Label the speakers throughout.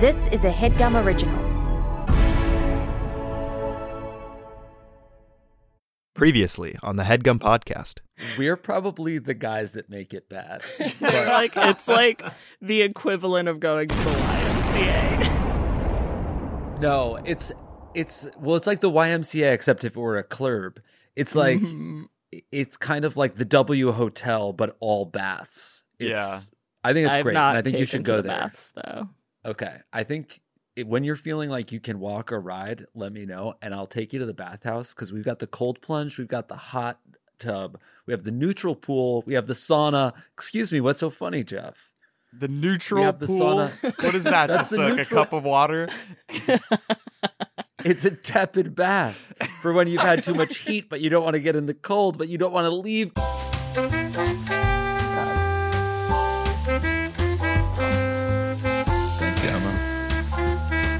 Speaker 1: This is a headgum original.
Speaker 2: Previously on the Headgum Podcast.
Speaker 3: We're probably the guys that make it bad. But
Speaker 4: like it's like the equivalent of going to the YMCA.
Speaker 3: no, it's it's well, it's like the YMCA except if it were a club. It's like
Speaker 4: Mhm.
Speaker 3: it's kind of like the W Hotel, but all baths. It's,
Speaker 2: Yeah.
Speaker 3: I think it's
Speaker 4: I've
Speaker 3: great.
Speaker 4: not
Speaker 3: And I think you
Speaker 4: taken
Speaker 3: should
Speaker 4: to
Speaker 3: go
Speaker 4: the
Speaker 3: there.
Speaker 4: Baths, though.
Speaker 3: Okay, I think it, when you're feeling like you can walk or ride, let me know, and I'll take you to the bathhouse because we've got the cold plunge, we've got the hot tub, we have the neutral pool, we have the sauna. Excuse me, what's so funny, Jeff?
Speaker 5: The neutral
Speaker 3: have the
Speaker 5: pool.
Speaker 3: sauna.
Speaker 5: What is that?
Speaker 3: That's
Speaker 5: Just
Speaker 3: the
Speaker 5: like a
Speaker 3: neutral-
Speaker 5: cup of water.
Speaker 3: It's a tepid bath for when you've had too much heat, but you don't want to get in the cold, but you don't want to leave.
Speaker 5: Thank you, Emma.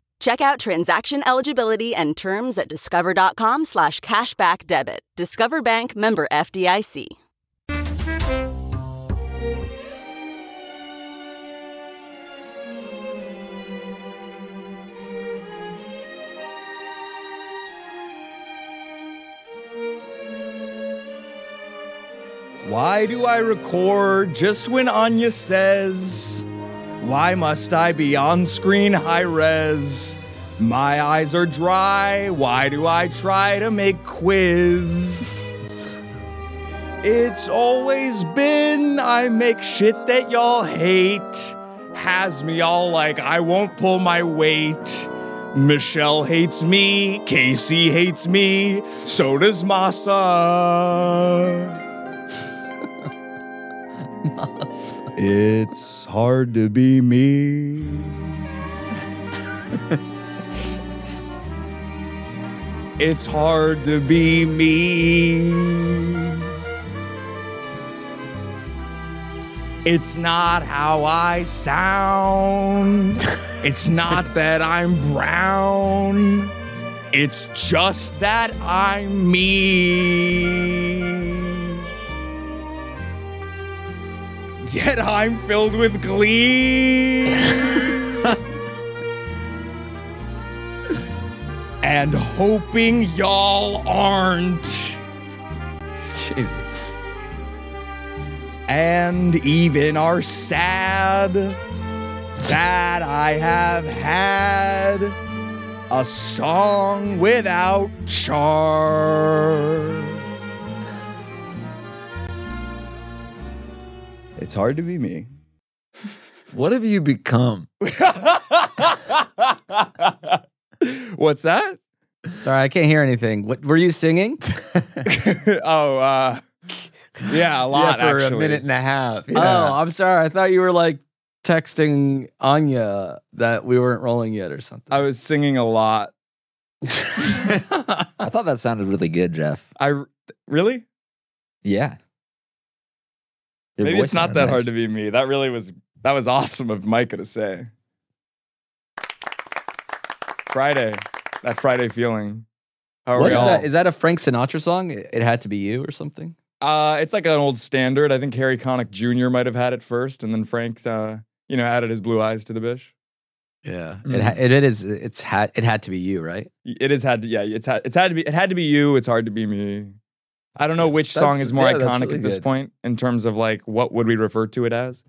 Speaker 6: Check out transaction eligibility and terms at discover.com slash cashback debit. Discover Bank member FDIC.
Speaker 7: Why do I record just when Anya says? Why must I be on screen high res? My eyes are dry. Why do I try to make quiz? It's always been I make shit that y'all hate. Has me all like I won't pull my weight. Michelle hates me, Casey hates me, so does Masa. It's hard to be me. it's hard to be me. It's not how I sound. It's not that I'm brown. It's just that I'm me yet I'm filled with glee. and hoping y'all aren't.
Speaker 3: Jesus.
Speaker 7: And even are sad that I have had a song without charm. It's hard to be me.
Speaker 3: What have you become?
Speaker 7: What's that?
Speaker 8: Sorry, I can't hear anything. What were you singing?
Speaker 7: oh, uh, yeah, a lot
Speaker 8: Yeah, for a
Speaker 7: actually.
Speaker 8: minute and a half.
Speaker 7: Yeah.
Speaker 8: Oh, I'm sorry. I thought you were like texting Anya that we weren't rolling yet or something.
Speaker 7: I was singing a lot.
Speaker 8: I
Speaker 9: I thought that sounded really good, Jeff.
Speaker 7: I r- really?
Speaker 9: Yeah. Your
Speaker 7: Maybe
Speaker 9: voice
Speaker 7: it's not
Speaker 9: sounded
Speaker 7: that
Speaker 9: nice.
Speaker 7: hard to be me. That really was that was awesome of Micah to say. Friday, that Friday feeling. How are
Speaker 8: What
Speaker 7: we
Speaker 8: is
Speaker 7: all?
Speaker 8: that? Is that a Frank Sinatra song? It It had to be you or something.
Speaker 7: uh, it's like an old standard. I think Harry Connick Jr. might have had it first, and then Frank, uh, you know, added his blue eyes to the bish.
Speaker 8: Yeah, it
Speaker 3: Mm.
Speaker 8: ha- it, it is. It's had it had to be you, right?
Speaker 7: It is had to, yeah. It's had, it's had to be. It had to be you. It's hard to be me. I don't know which
Speaker 8: That's-
Speaker 7: song is more
Speaker 8: yeah, that's
Speaker 7: iconic
Speaker 8: really
Speaker 7: at this
Speaker 8: good.
Speaker 7: point in terms of like what would we refer to it as?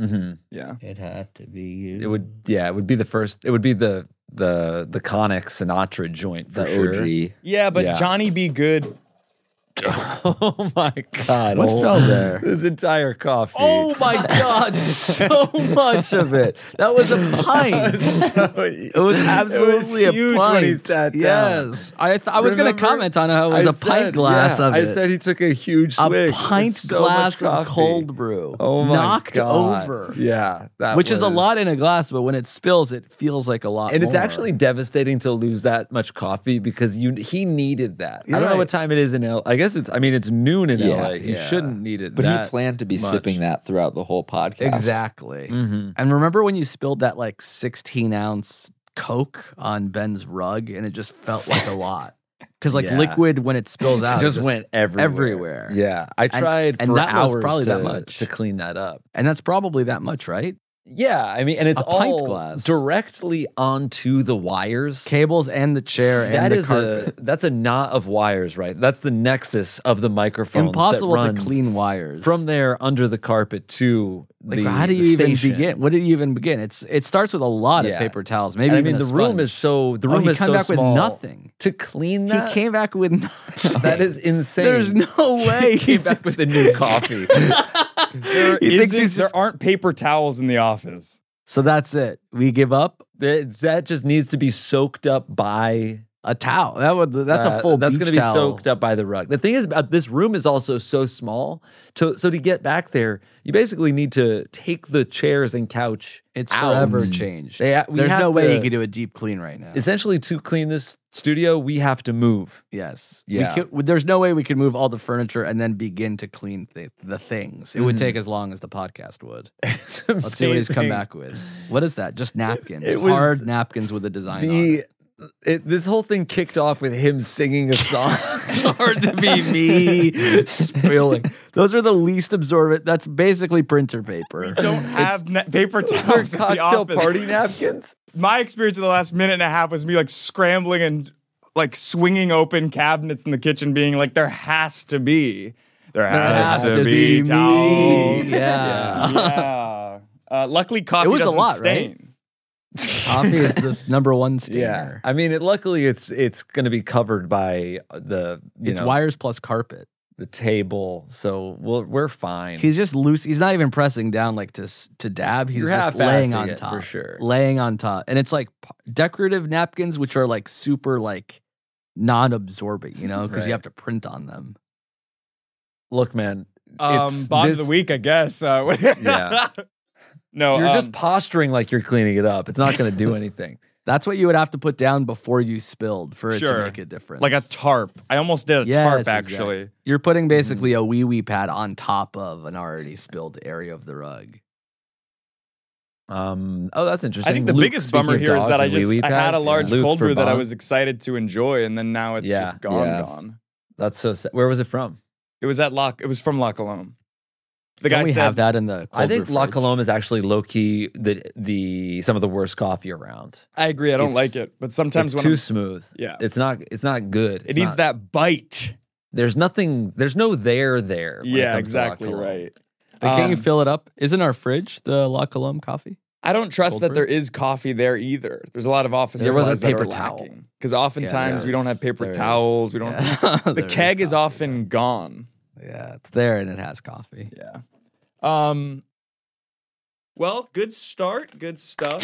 Speaker 3: Mm-hmm.
Speaker 9: Mhm.
Speaker 7: Yeah.
Speaker 9: It had to be you.
Speaker 8: It
Speaker 9: It
Speaker 8: would-
Speaker 9: would
Speaker 8: Yeah, it would be the first. It would be the the the Conic Sinatra joint
Speaker 9: the
Speaker 8: sure.
Speaker 9: OG.
Speaker 7: Yeah, but
Speaker 8: Yeah.
Speaker 7: Johnny Be Good
Speaker 3: Oh my god!
Speaker 8: What
Speaker 3: Oh,
Speaker 8: fell there?
Speaker 3: This entire coffee.
Speaker 8: Oh my god, so much of it. That was a pint. It was absolutely
Speaker 3: huge
Speaker 8: a
Speaker 3: when
Speaker 8: pint.
Speaker 3: he sat down.
Speaker 8: Yes, I th- I was going to
Speaker 3: Remember?
Speaker 8: comment on how it was
Speaker 3: a
Speaker 8: a pint glass of it.
Speaker 3: I said he took a huge swig.
Speaker 8: a
Speaker 3: It's
Speaker 8: pint
Speaker 3: so
Speaker 8: glass
Speaker 3: much
Speaker 8: of
Speaker 3: coffee.
Speaker 8: cold brew
Speaker 3: Oh my
Speaker 8: knocked
Speaker 3: God.
Speaker 8: over,
Speaker 3: Yeah, that
Speaker 8: which is a
Speaker 3: was-
Speaker 8: lot in a glass, but when it spills, it feels like a lot.
Speaker 3: And it's
Speaker 8: more.
Speaker 3: actually devastating to lose that much coffee because you he needed that. I
Speaker 8: You're
Speaker 3: don't know
Speaker 8: right.
Speaker 3: what time it is in L. I guess it's. I mean, it's noon in
Speaker 9: Yeah,
Speaker 3: LA. He
Speaker 8: yeah.
Speaker 3: shouldn't need it.
Speaker 9: But
Speaker 3: that
Speaker 9: he planned to be
Speaker 3: much.
Speaker 9: sipping that throughout the whole podcast.
Speaker 8: exactly.
Speaker 3: Mhm.
Speaker 8: And remember when you spilled that like 16 ounce Coke on Ben's rug, and it just felt like a lot because like
Speaker 3: Yeah.
Speaker 8: liquid when it spills
Speaker 3: It
Speaker 8: out, it
Speaker 3: just went everywhere.
Speaker 8: everywhere.
Speaker 3: Yeah, I tried
Speaker 8: and
Speaker 3: for
Speaker 8: that was
Speaker 3: hours
Speaker 8: probably that
Speaker 3: to-
Speaker 8: much.
Speaker 3: to clean that up.
Speaker 8: and that's probably that much, right?
Speaker 3: Yeah, I mean, and it's
Speaker 8: A pint
Speaker 3: all
Speaker 8: glass.
Speaker 3: directly onto the wires.
Speaker 8: Cables and the chair and
Speaker 3: That
Speaker 8: the
Speaker 3: is
Speaker 8: carpet.
Speaker 3: a that's a knot of wires, right? That's the nexus of the microphones. that
Speaker 8: Impossible
Speaker 3: run
Speaker 8: to clean wires
Speaker 3: from there under the carpet to
Speaker 8: Like,
Speaker 3: the
Speaker 8: how do you even
Speaker 3: station.
Speaker 8: begin? What do you even begin? It's it starts with a lot
Speaker 3: Yeah.
Speaker 8: of paper towels.
Speaker 3: And
Speaker 8: Maybe
Speaker 3: I mean,
Speaker 8: even
Speaker 3: the
Speaker 8: a
Speaker 3: room
Speaker 8: sponge.
Speaker 3: is so the
Speaker 8: Oh,
Speaker 3: room
Speaker 8: he
Speaker 3: is
Speaker 8: come
Speaker 3: so
Speaker 8: back
Speaker 3: small.
Speaker 8: with nothing.
Speaker 3: to clean that.
Speaker 8: He came back with nothing.
Speaker 3: That is insane.
Speaker 8: There's no way.
Speaker 3: he came back with a new coffee.
Speaker 5: There,
Speaker 8: He thinks
Speaker 5: isn't-
Speaker 8: he's
Speaker 5: there
Speaker 8: just-
Speaker 5: aren't paper towels in the office.
Speaker 8: so that's it. We give up
Speaker 3: that, that just needs to be soaked up by
Speaker 8: a towel. That would that's
Speaker 3: Uh,
Speaker 8: a full.
Speaker 3: That's
Speaker 8: beach
Speaker 3: gonna be
Speaker 8: towel.
Speaker 3: soaked up by the rug. The thing is about this room is also so small. To, so to get back there, you basically need to take the chairs and couch.
Speaker 8: It's
Speaker 3: out.
Speaker 8: forever changed.
Speaker 3: They ha- we
Speaker 8: There's
Speaker 3: have
Speaker 8: no way
Speaker 3: to-
Speaker 8: he could do a deep clean right now.
Speaker 3: Essentially, to clean this studio, we have to move.
Speaker 8: yes.
Speaker 3: Yeah.
Speaker 8: We could, there's no way we could move all the furniture and then begin to clean the, the things. It would
Speaker 3: Mhm.
Speaker 8: take as long as the podcast would. Let's see what he's come
Speaker 3: Amazing.
Speaker 8: back with. What is that? Just napkins.
Speaker 3: It was
Speaker 8: Hard napkins with a design on it.
Speaker 3: The it, this whole thing kicked off with him singing a song.
Speaker 8: It's hard to be me spilling. Those are the least absorbent. That's basically printer paper.
Speaker 5: Don't have na- paper
Speaker 3: Our
Speaker 5: towels at the
Speaker 3: cocktail
Speaker 5: office.
Speaker 3: party napkins.
Speaker 5: My experience of the last minute and a half was me like scrambling and like swinging open cabinets in the kitchen, being like, "There has to be, there has, to, be,
Speaker 8: me.
Speaker 5: towels."
Speaker 8: Yeah.
Speaker 5: yeah. Uh, luckily, coffee
Speaker 8: It was a
Speaker 5: doesn't
Speaker 8: lot, right?
Speaker 5: stain.
Speaker 8: Coffee is the number one stainer.
Speaker 3: I mean, it, luckily it's it's going to be covered by the you
Speaker 8: It's
Speaker 3: know,
Speaker 8: wires plus carpet.
Speaker 3: the table, so we'll, we're fine.
Speaker 8: He's just loose. He's not even pressing down like to s- to dab. He's
Speaker 3: You're
Speaker 8: just
Speaker 3: half-assing
Speaker 8: laying on
Speaker 3: it
Speaker 8: top,
Speaker 3: for sure.
Speaker 8: Laying on top, and it's like p- decorative napkins, which are like super like non-absorbent, you know, because
Speaker 3: Right.
Speaker 8: you have to print on them.
Speaker 3: Look, man,
Speaker 5: Um,
Speaker 3: It's
Speaker 5: bond of
Speaker 3: this-
Speaker 5: the week, I guess. Uh,
Speaker 3: Yeah.
Speaker 5: No,
Speaker 3: you're just
Speaker 5: um,
Speaker 3: posturing like you're cleaning it up. It's not going to do anything.
Speaker 8: That's what you would have to put down before you spilled for it
Speaker 5: Sure.
Speaker 8: to make a difference.
Speaker 5: like a tarp. I almost did a
Speaker 8: Yes,
Speaker 5: tarp
Speaker 8: exactly.
Speaker 5: actually.
Speaker 8: You're
Speaker 3: Mm-hmm.
Speaker 8: putting basically a wee wee pad on top of an already spilled area of the rug.
Speaker 3: Um, oh, that's interesting.
Speaker 5: I think the
Speaker 3: Luke,
Speaker 5: biggest bummer
Speaker 3: speaking
Speaker 5: here
Speaker 3: of
Speaker 5: is that
Speaker 3: dogs
Speaker 5: I
Speaker 3: and
Speaker 5: just
Speaker 3: wee-wee
Speaker 5: I had
Speaker 3: pads,
Speaker 5: a large
Speaker 3: Luke
Speaker 5: cold
Speaker 3: for
Speaker 5: brew that I
Speaker 3: Bob.
Speaker 5: was excited to enjoy, and then now it's
Speaker 3: Yeah,
Speaker 5: just gone.
Speaker 9: yeah.
Speaker 5: Gone.
Speaker 3: That's so sad. Where was it from?
Speaker 5: It was at Lock. It was from Lock Alone. The
Speaker 8: Don't
Speaker 5: guy
Speaker 8: we
Speaker 5: said,
Speaker 8: have that in the.
Speaker 3: I
Speaker 8: cold
Speaker 3: think
Speaker 8: brew
Speaker 3: La
Speaker 8: fridge?
Speaker 3: Colombe is actually low key the the some of the worst coffee around.
Speaker 5: "I agree. I don't
Speaker 3: It's-
Speaker 5: like it, but sometimes
Speaker 3: it's
Speaker 5: when
Speaker 3: too
Speaker 5: I'm-
Speaker 3: smooth.
Speaker 5: yeah,
Speaker 3: It's not. It's not good.
Speaker 5: it needs that bite.
Speaker 3: There's nothing. There's no there there. when it
Speaker 5: Yeah,
Speaker 3: comes to La
Speaker 5: exactly
Speaker 3: Colombe.
Speaker 5: right.
Speaker 8: But can't you
Speaker 5: Um,
Speaker 8: fill it up? Isn't our fridge the La Colombe coffee?
Speaker 5: I don't trust
Speaker 8: Cold
Speaker 5: that
Speaker 8: brew?
Speaker 5: there is coffee there either. There's a lot of office.
Speaker 3: There wasn't
Speaker 5: supplies that
Speaker 3: paper
Speaker 5: are
Speaker 3: towel.
Speaker 5: lacking. because oftentimes we don't have paper towels. We don't. The keg is often gone.
Speaker 8: Yeah, it's there and it has coffee.
Speaker 5: Yeah. Um. Well, good start. Good stuff.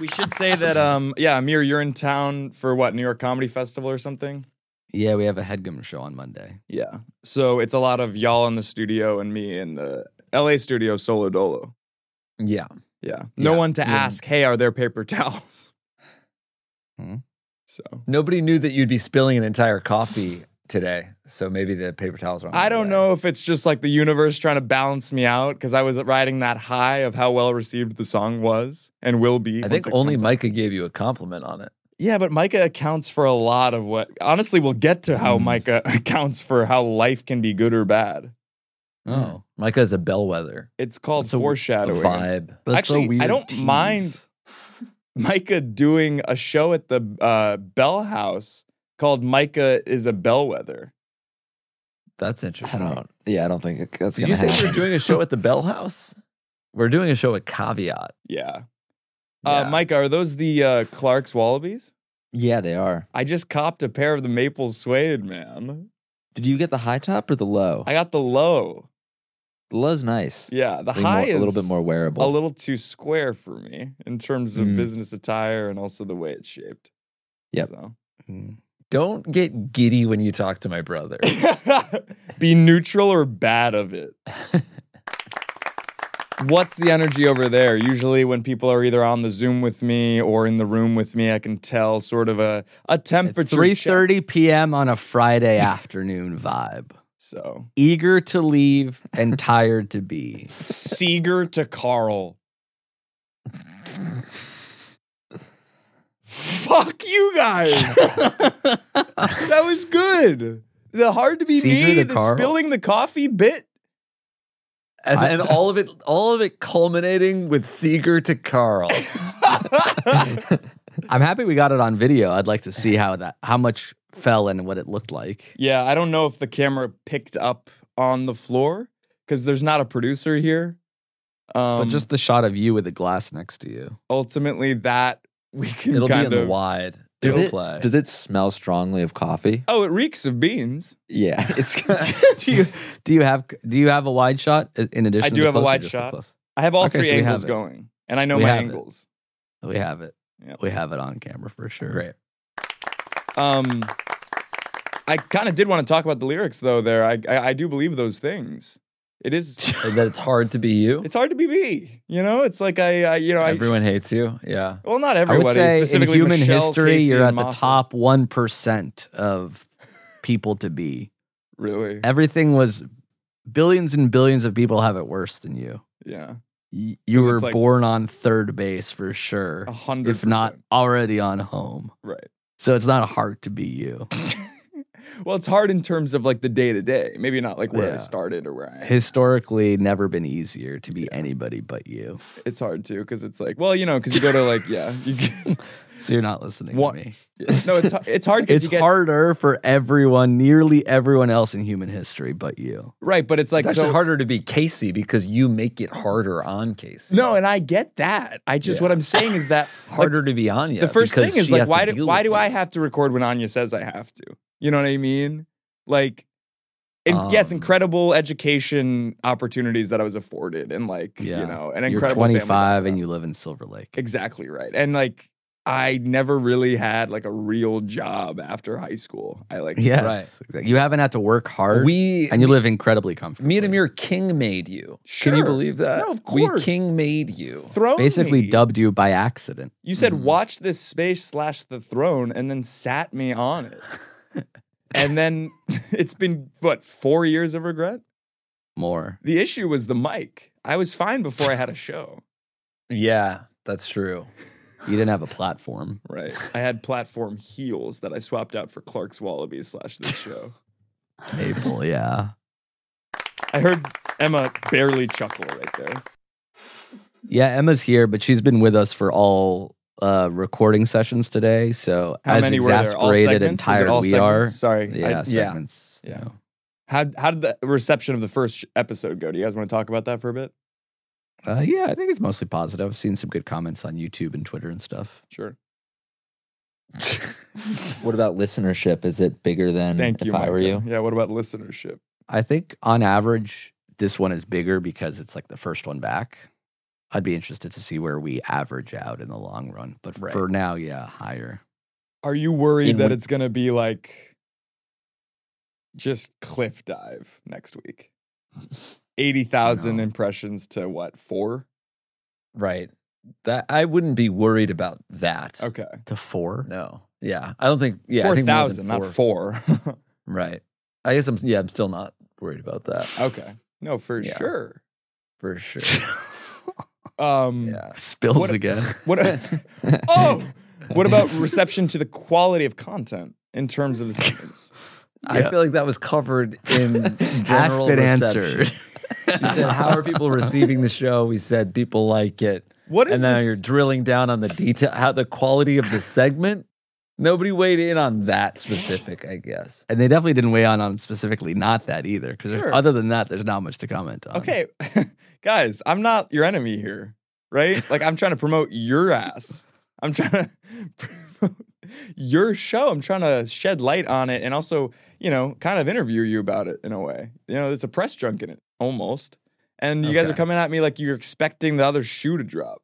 Speaker 5: we should say that. Um. Yeah, Amir, you're in town for what? New York Comedy Festival or something?
Speaker 8: Yeah, we have a headgum show on Monday.
Speaker 5: Yeah. So it's a lot of y'all in the studio and me in the L.A. studio solo dolo.
Speaker 3: Yeah.
Speaker 5: Yeah. No
Speaker 3: Yeah.
Speaker 5: one to
Speaker 3: Mm.
Speaker 5: ask. Hey, are there paper towels?
Speaker 8: Hmm.
Speaker 5: So
Speaker 3: Nobody knew that you'd be spilling an entire coffee today. So maybe the paper towels are. on
Speaker 5: I
Speaker 3: the
Speaker 5: don't
Speaker 3: way.
Speaker 5: know if it's just like the universe trying to balance me out because I was riding that high of how well received the song was and will be.
Speaker 3: I
Speaker 5: once
Speaker 3: think
Speaker 5: it
Speaker 3: only
Speaker 5: comes out.
Speaker 3: Micah gave you a compliment on it.
Speaker 5: Yeah, but Micah accounts for a lot of what. Honestly, we'll get to
Speaker 8: Mm.
Speaker 5: how Micah accounts for how life can be good or bad.
Speaker 8: Oh,
Speaker 3: Micah is a bellwether.
Speaker 5: It's called
Speaker 8: That's a- a
Speaker 3: A
Speaker 5: foreshadowing.
Speaker 3: vibe.
Speaker 8: that's
Speaker 5: Actually, I
Speaker 8: a weird
Speaker 5: don't
Speaker 8: tease.
Speaker 5: mind- Micah doing a show at the uh, Bell House called "Micah is a Bellwether."
Speaker 3: That's
Speaker 9: I
Speaker 3: interesting.
Speaker 9: don't. Yeah, I don't think it- that's
Speaker 3: Did
Speaker 9: going to
Speaker 3: you say
Speaker 9: happen.
Speaker 3: you're doing a show at the Bell House? We're doing a show at Caveat.
Speaker 5: Yeah,
Speaker 3: Yeah.
Speaker 5: Uh, Micah, are those the uh, Clark's Wallabies?
Speaker 9: Yeah, they are.
Speaker 5: I just copped a pair of the maple suede, man.
Speaker 9: Did you get the high top or the low?
Speaker 5: I got the low.
Speaker 9: the low's nice.
Speaker 5: Yeah, the
Speaker 9: I think more-
Speaker 5: high is
Speaker 9: a little bit more wearable.
Speaker 5: a little too square for me in terms of
Speaker 9: Mm.
Speaker 5: business attire and also the way it's shaped.
Speaker 9: Yep.
Speaker 5: So.
Speaker 8: Hmm.
Speaker 3: Don't get giddy when you talk to my brother.
Speaker 5: Be neutral or bad of it. What's the energy over there? Usually, when people are either on the Zoom with me or in the room with me, I can tell sort of a a temperature.
Speaker 8: Three
Speaker 5: check.
Speaker 8: thirty p.m. on a Friday afternoon vibe.
Speaker 5: So
Speaker 8: Eager to leave and tired to be.
Speaker 5: Seeger to Carl. Fuck you guys. that was good. The hard to be
Speaker 8: Seeger
Speaker 5: me,
Speaker 8: to
Speaker 5: the
Speaker 8: Carl.
Speaker 5: spilling the coffee bit.
Speaker 3: and,
Speaker 8: I-
Speaker 3: and all of it all of it culminating with Seeger to Carl.
Speaker 8: I'm happy we got it on video. I'd like to see how that how much fell and what it looked like.
Speaker 5: Yeah, I don't know if the camera picked up on the floor because there's not a producer here. Um,
Speaker 8: but just the shot of you with a glass next to you.
Speaker 5: ultimately that we can
Speaker 3: It'll be
Speaker 5: kind
Speaker 3: in
Speaker 5: of.
Speaker 3: the wide.
Speaker 9: does
Speaker 3: It'll
Speaker 9: it
Speaker 3: play.
Speaker 9: does it smell strongly of coffee?
Speaker 5: oh, it reeks of beans.
Speaker 9: Yeah, it's
Speaker 8: do you do you have do you have a wide shot in addition?
Speaker 5: do
Speaker 8: to
Speaker 5: have a
Speaker 8: close or
Speaker 5: wide
Speaker 8: just the
Speaker 5: shot.
Speaker 8: close?
Speaker 5: I have all
Speaker 8: Okay,
Speaker 5: three
Speaker 8: so we have
Speaker 5: angles
Speaker 8: it.
Speaker 5: going, and I know
Speaker 8: We
Speaker 5: my
Speaker 8: have it.
Speaker 5: angles.
Speaker 8: We have it.
Speaker 5: Yep.
Speaker 8: We have it on camera for sure.
Speaker 3: Great.
Speaker 5: Um, I kind of did want to talk about the lyrics though. There, I, I I do believe those things. It is.
Speaker 3: And that it's hard to be you.
Speaker 5: it's hard to be me. You know, it's like I, I you know,
Speaker 3: Everyone hates you. Yeah.
Speaker 5: I. Well, not
Speaker 8: I would
Speaker 5: everybody.
Speaker 8: say in
Speaker 5: specifically
Speaker 8: human
Speaker 5: Michelle,
Speaker 8: history,
Speaker 5: Casey,
Speaker 8: you're at
Speaker 5: and
Speaker 8: the
Speaker 5: Masa.
Speaker 8: top one percent of people to be.
Speaker 5: Really?
Speaker 8: Everything was billions and billions of people have it worse than you.
Speaker 5: Yeah.
Speaker 8: Y- You
Speaker 5: 'Cause
Speaker 8: were
Speaker 5: it's like-
Speaker 8: born on third base for sure,
Speaker 5: A hundred.
Speaker 8: if not
Speaker 5: percent.
Speaker 8: already on home.
Speaker 5: right.
Speaker 8: So it's not hard to be you.
Speaker 5: well, it's hard in terms of like the day to day. Maybe not like where I
Speaker 8: Yeah.
Speaker 5: started or where I. am.
Speaker 8: Historically, never been easier to be anybody but you.
Speaker 5: It's hard too because it's like well, you know, because you go to like yeah, you get,
Speaker 8: So you're not listening to
Speaker 5: What-
Speaker 8: me.
Speaker 5: no, it's har- it's hard. 'cause
Speaker 8: It's
Speaker 5: you get,
Speaker 8: harder for everyone, nearly everyone else in human history but you.
Speaker 5: right? But it's like
Speaker 3: It's actually
Speaker 5: so
Speaker 3: harder to be Casey because you make it harder on Casey.
Speaker 5: No, and I get that. I just what I'm saying is that like,
Speaker 3: harder to be on you.
Speaker 5: the first
Speaker 3: because
Speaker 5: thing is
Speaker 3: she
Speaker 5: like
Speaker 3: has to
Speaker 5: why do
Speaker 3: deal
Speaker 5: why
Speaker 3: with
Speaker 5: do I
Speaker 3: you.
Speaker 5: have to record when Anya says I have to? You know what I mean? Like and yes,
Speaker 3: Um,
Speaker 5: incredible education opportunities that I was afforded and like, you
Speaker 8: Yeah.
Speaker 5: know, an
Speaker 8: You're
Speaker 5: incredible family
Speaker 8: 25 and
Speaker 5: background.
Speaker 8: you live in Silver Lake.
Speaker 5: Exactly right. And like I never really had like a real job after high school. I like
Speaker 8: Yes. Exactly. You haven't had to work hard
Speaker 3: We
Speaker 8: and you live incredibly comfortable.
Speaker 3: me and Amir King made you. Can you
Speaker 5: Sure.
Speaker 3: believe that?
Speaker 5: No, of
Speaker 3: We
Speaker 5: course.
Speaker 3: King made you.
Speaker 5: thrown
Speaker 8: basically
Speaker 5: me.
Speaker 8: dubbed you by accident.
Speaker 5: You said
Speaker 3: Mhm.
Speaker 5: watch this space slash the throne and then sat me on it. and then it's been what, four years of regret?
Speaker 8: More.
Speaker 5: The issue was the mic. I was fine before I had a show.
Speaker 3: Yeah, that's true.
Speaker 8: You didn't have a platform.
Speaker 5: Right. I had platform heels that I swapped out for Clark's Wallabies slash this show.
Speaker 8: Maple, yeah.
Speaker 5: I heard Emma barely chuckle right there.
Speaker 8: Yeah, Emma's here, but she's been with us for all uh recording sessions today. So
Speaker 5: How
Speaker 8: as
Speaker 5: many were there? All
Speaker 8: exasperated and
Speaker 5: segments? Is it
Speaker 8: tired
Speaker 5: all
Speaker 8: we
Speaker 5: segments?
Speaker 8: are.
Speaker 5: Sorry. I-
Speaker 8: Yeah, segments.
Speaker 5: Yeah.
Speaker 8: Yeah.
Speaker 5: how, how did the reception of the first sh- episode go? Do you guys want to talk about that for a bit?
Speaker 8: Uh, yeah, I think it's mostly positive. I've seen some good comments on YouTube and Twitter and stuff.
Speaker 5: Sure.
Speaker 9: what about listenership? Is it bigger than
Speaker 5: Thank
Speaker 9: if
Speaker 5: you.
Speaker 9: I were
Speaker 5: Micah.
Speaker 9: you?
Speaker 5: Yeah. What about listenership?
Speaker 8: I think on average, this one is bigger because it's like the first one back. I'd be interested to see where we average out in the long run. But
Speaker 5: Right.
Speaker 8: for now, yeah, higher.
Speaker 5: Are you worried
Speaker 9: In
Speaker 5: that
Speaker 9: what-
Speaker 5: it's going to be like just cliff dive next week? 80,000
Speaker 8: No.
Speaker 5: impressions to what, four?
Speaker 3: Right. That I wouldn't be worried about that.
Speaker 5: Okay.
Speaker 8: To four?
Speaker 3: No. Yeah. I don't think yeah, I
Speaker 5: four
Speaker 3: think more than
Speaker 5: thousand, not four.
Speaker 3: Right. I guess I'm yeah, I'm still not worried about
Speaker 5: Uh,
Speaker 3: that.
Speaker 5: okay, no, for
Speaker 3: Yeah.
Speaker 5: sure.
Speaker 3: For sure.
Speaker 5: Um,
Speaker 3: Yeah.
Speaker 8: mm, Spills
Speaker 5: What-
Speaker 8: again.
Speaker 5: What? oh, what about reception to the quality of content in terms of the segments?
Speaker 3: I
Speaker 8: Yeah.
Speaker 3: feel like that was covered in general
Speaker 8: Asked and
Speaker 3: reception.
Speaker 8: answered.
Speaker 3: You said, how are people receiving the show? We said people like it.
Speaker 5: What is
Speaker 3: and now
Speaker 5: this?
Speaker 3: you're drilling down on the detail, how the quality of the segment. Nobody weighed in on that specific, I guess.
Speaker 8: And they definitely didn't weigh on on specifically not that either. Because
Speaker 5: Sure.
Speaker 8: other than that, there's not much to comment on.
Speaker 5: okay, guys? I'm not your enemy here, right? Like I'm trying to promote your ass. I'm trying to your show. I'm trying to shed light on it and also, you know, kind of interview you about it in a way. You know, it's a press junk in it almost. And you guys are
Speaker 3: Okay.
Speaker 5: coming at me like you're expecting the other shoe to drop.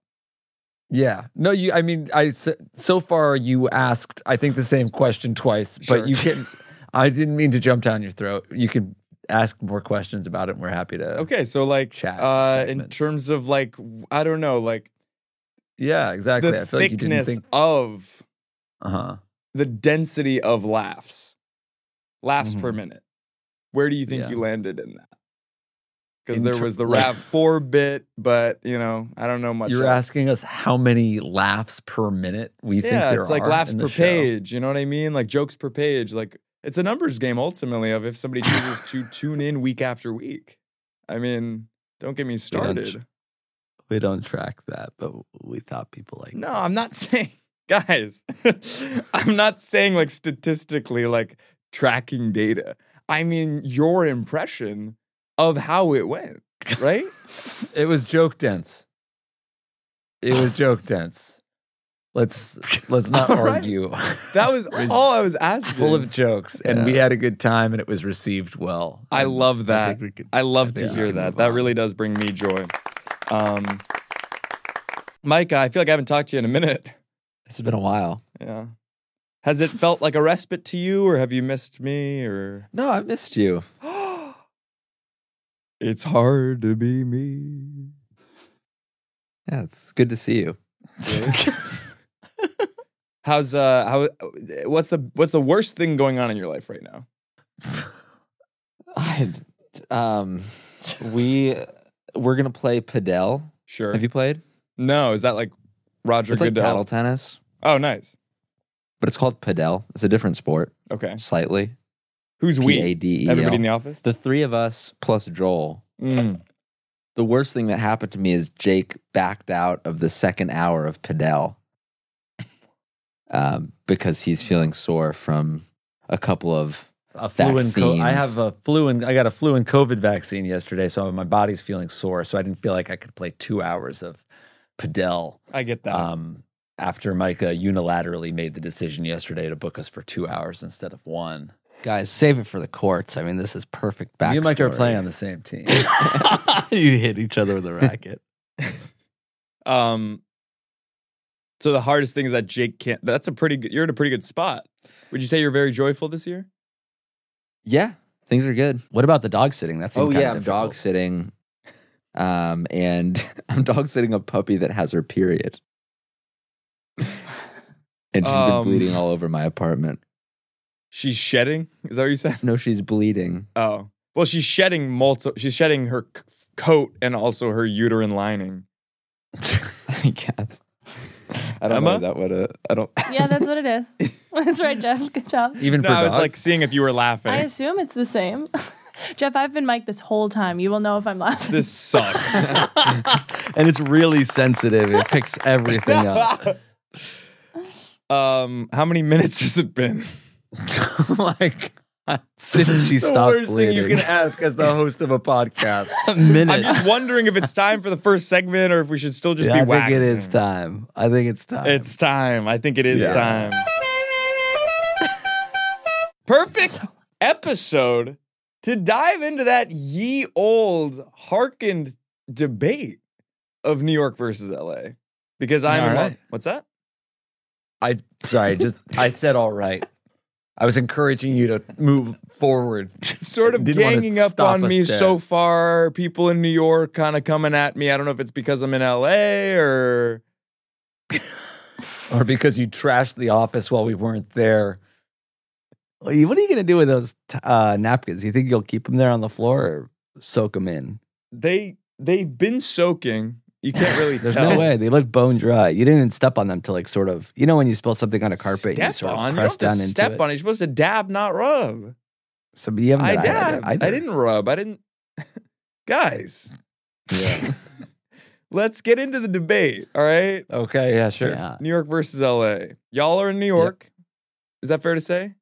Speaker 3: Yeah. No, you, I mean, I, so, so far you asked, I think the same question twice,
Speaker 5: Sure.
Speaker 3: but you can, I didn't mean to jump down your throat. You can ask more questions about it and we're happy to.
Speaker 5: Okay, so like
Speaker 3: Chat
Speaker 5: uh in
Speaker 3: segments.
Speaker 5: terms of like w- I don't know, like
Speaker 3: Yeah, exactly.
Speaker 5: the
Speaker 3: I feel like you didn't
Speaker 5: thickness
Speaker 3: think,
Speaker 5: of
Speaker 3: uh huh.
Speaker 5: the density of laughs. Laughs per
Speaker 3: Mhm.
Speaker 5: minute. Where do you think
Speaker 3: Yeah.
Speaker 5: you landed in that? Because
Speaker 3: In
Speaker 5: there
Speaker 3: ter-
Speaker 5: was the
Speaker 3: like-
Speaker 5: rap four bit, but you know, I don't know much.
Speaker 3: You're
Speaker 5: else.
Speaker 3: asking us how many laughs per minute we think
Speaker 5: yeah,
Speaker 3: there
Speaker 5: it's like
Speaker 3: are
Speaker 5: laughs
Speaker 3: in
Speaker 5: per
Speaker 3: the show.
Speaker 5: page. You know what I mean? Like jokes per page. Like it's a numbers game ultimately of if somebody chooses to tune in week after week. I mean, don't get me started.
Speaker 8: We don't track that, but we thought people like
Speaker 5: No, I'm not saying, guys, I'm not saying like statistically, like tracking data. I mean, your impression of how it went, right?
Speaker 3: It was joke dense. It was joke dense. Let's let's not
Speaker 5: All right.
Speaker 3: argue.
Speaker 5: That was
Speaker 3: It was
Speaker 5: all I was asking.
Speaker 3: full of jokes, and we had a good time, and it was received well.
Speaker 5: I
Speaker 3: And
Speaker 5: love that.
Speaker 3: think we could-
Speaker 5: I love
Speaker 3: I
Speaker 5: to
Speaker 3: think we
Speaker 5: hear
Speaker 3: can
Speaker 5: that.
Speaker 3: move
Speaker 5: That
Speaker 3: on.
Speaker 5: really does bring me joy. Um, Micah, I feel like I haven't talked to you in a minute.
Speaker 9: It's been a while.
Speaker 5: Yeah. Has it felt like a respite to you, or have you missed me, or?
Speaker 9: No, I missed you.
Speaker 5: it's hard to be me.
Speaker 9: Yeah, it's good to see you.
Speaker 5: How's uh how what's the what's the worst thing going on in your life right now?
Speaker 9: I, um, we we're gonna play padel.
Speaker 5: Sure.
Speaker 9: Have you played?
Speaker 5: no, is that like Roger
Speaker 9: it's like
Speaker 5: Goodell?
Speaker 9: paddle tennis,
Speaker 5: oh, nice.
Speaker 9: but it's called padel. It's a different sport,
Speaker 5: Okay.
Speaker 9: slightly.
Speaker 5: Who's
Speaker 9: P
Speaker 5: we?
Speaker 9: A D E L.
Speaker 5: Everybody in the office?
Speaker 9: The three of us plus Joel.
Speaker 5: Mm.
Speaker 9: The worst thing that happened to me is Jake backed out of the second hour of Padel um, because he's feeling sore from a couple of.
Speaker 3: a flu and co- I
Speaker 9: Vaccines.
Speaker 3: have a flu and I got a flu and COVID vaccine yesterday, so my body's feeling sore. So I didn't feel like I could play two hours of Padel.
Speaker 5: I get that.
Speaker 3: Um, after Micah unilaterally made the decision yesterday to book us for two hours instead of one.
Speaker 8: guys save it for the courts. I mean, this is perfect. Backstory.
Speaker 3: You and Micah are playing on the same team.
Speaker 8: you hit each other with a racket.
Speaker 5: Um, so the hardest thing is that Jake can't. That's a pretty good. You're in a pretty good spot. Would you say you're very joyful this year?
Speaker 9: Yeah, things are good.
Speaker 8: what about the dog sitting? That's
Speaker 9: oh yeah, I'm dog sitting, um, and I'm dog sitting a puppy that has her period, and she's
Speaker 5: Um.
Speaker 9: been bleeding all over my apartment.
Speaker 5: She's shedding. Is that what you said?
Speaker 9: No, she's bleeding.
Speaker 5: Oh, well, she's shedding multiple. She's shedding her c- coat and also her uterine lining.
Speaker 9: I guess. I don't know
Speaker 5: Emma?
Speaker 9: is that what a I don't.
Speaker 10: Yeah, that's what it is. That's right, Jeff. Good job.
Speaker 3: Even
Speaker 5: No,
Speaker 3: for
Speaker 5: I was
Speaker 3: dogs.
Speaker 5: like seeing if you were laughing.
Speaker 10: I assume it's the same. Jeff, I've been Mike this whole time. You will know if I'm laughing.
Speaker 5: this sucks.
Speaker 8: and it's really sensitive. It picks everything up.
Speaker 5: um, how many minutes has it been?
Speaker 8: like since she stopped bleeding,
Speaker 3: ask as the host of a podcast.
Speaker 8: a minute.
Speaker 5: I'm just wondering if it's time for the first segment or if we should still just
Speaker 8: Yeah,
Speaker 5: be
Speaker 8: I think it
Speaker 5: waxing.
Speaker 8: is time. I think it's time.
Speaker 5: It's time. I think it is time. Perfect episode to dive into that ye old hearkened debate of New York versus LA. Because I'm
Speaker 3: All
Speaker 5: in love-
Speaker 3: right.
Speaker 5: What's that?
Speaker 3: I sorry, just I said all right. I was encouraging you to move forward.
Speaker 5: Sort of
Speaker 3: Didn't wanna
Speaker 5: ganging up
Speaker 3: stop
Speaker 5: on
Speaker 3: us
Speaker 5: me
Speaker 3: there.
Speaker 5: so far. People in New York kind of coming at me. I don't know if it's because I'm in LA or
Speaker 3: Or because you trashed the office while we weren't there.
Speaker 8: What are you going to do with those t- uh, napkins? You think you'll keep them there on the floor or soak them in?
Speaker 5: they they've been soaking. You can't really
Speaker 8: There's
Speaker 5: tell.
Speaker 8: no way. They look bone dry. You didn't even step on them to like sort of, you know, when you spill something on a carpet,
Speaker 5: Step
Speaker 8: you sort
Speaker 5: on.
Speaker 8: of
Speaker 5: You
Speaker 8: press
Speaker 5: don't have
Speaker 8: down
Speaker 5: to
Speaker 8: into
Speaker 5: step
Speaker 8: it.
Speaker 5: on. it. You're supposed to dab, not rub.
Speaker 8: So you haven't
Speaker 5: I
Speaker 8: done either-
Speaker 5: dabbed. I
Speaker 8: either.
Speaker 5: didn't rub. I didn't. Guys,
Speaker 9: Yeah.
Speaker 5: let's get into the debate. All right.
Speaker 3: Okay, yeah, sure.
Speaker 8: Yeah.
Speaker 5: New York versus LA. Y'all are in New York. Is that fair to say?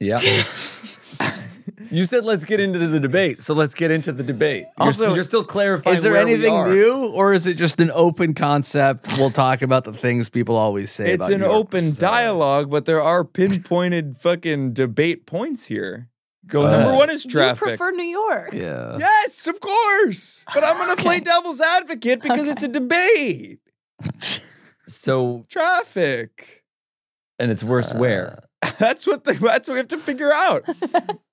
Speaker 3: Yeah. You said let's get into the debate, so let's get into the debate. You're,
Speaker 8: Also,
Speaker 3: you're still clarifying.
Speaker 8: Is there
Speaker 3: where we
Speaker 8: anything
Speaker 3: are.
Speaker 8: new, or is it just an open concept? We'll talk about the things people always say.
Speaker 5: It's
Speaker 8: about
Speaker 5: an
Speaker 8: New York.
Speaker 5: open dialogue, but there are pinpointed fucking debate points here. Go
Speaker 8: ahead.
Speaker 5: Number one is
Speaker 10: You
Speaker 5: traffic.
Speaker 10: prefer New York.
Speaker 8: Yeah.
Speaker 5: yes, of course. But I'm going to play devil's advocate because it's a debate.
Speaker 8: So
Speaker 5: Traffic.
Speaker 3: And it's worse where
Speaker 5: That's what the, that's what we have to figure out.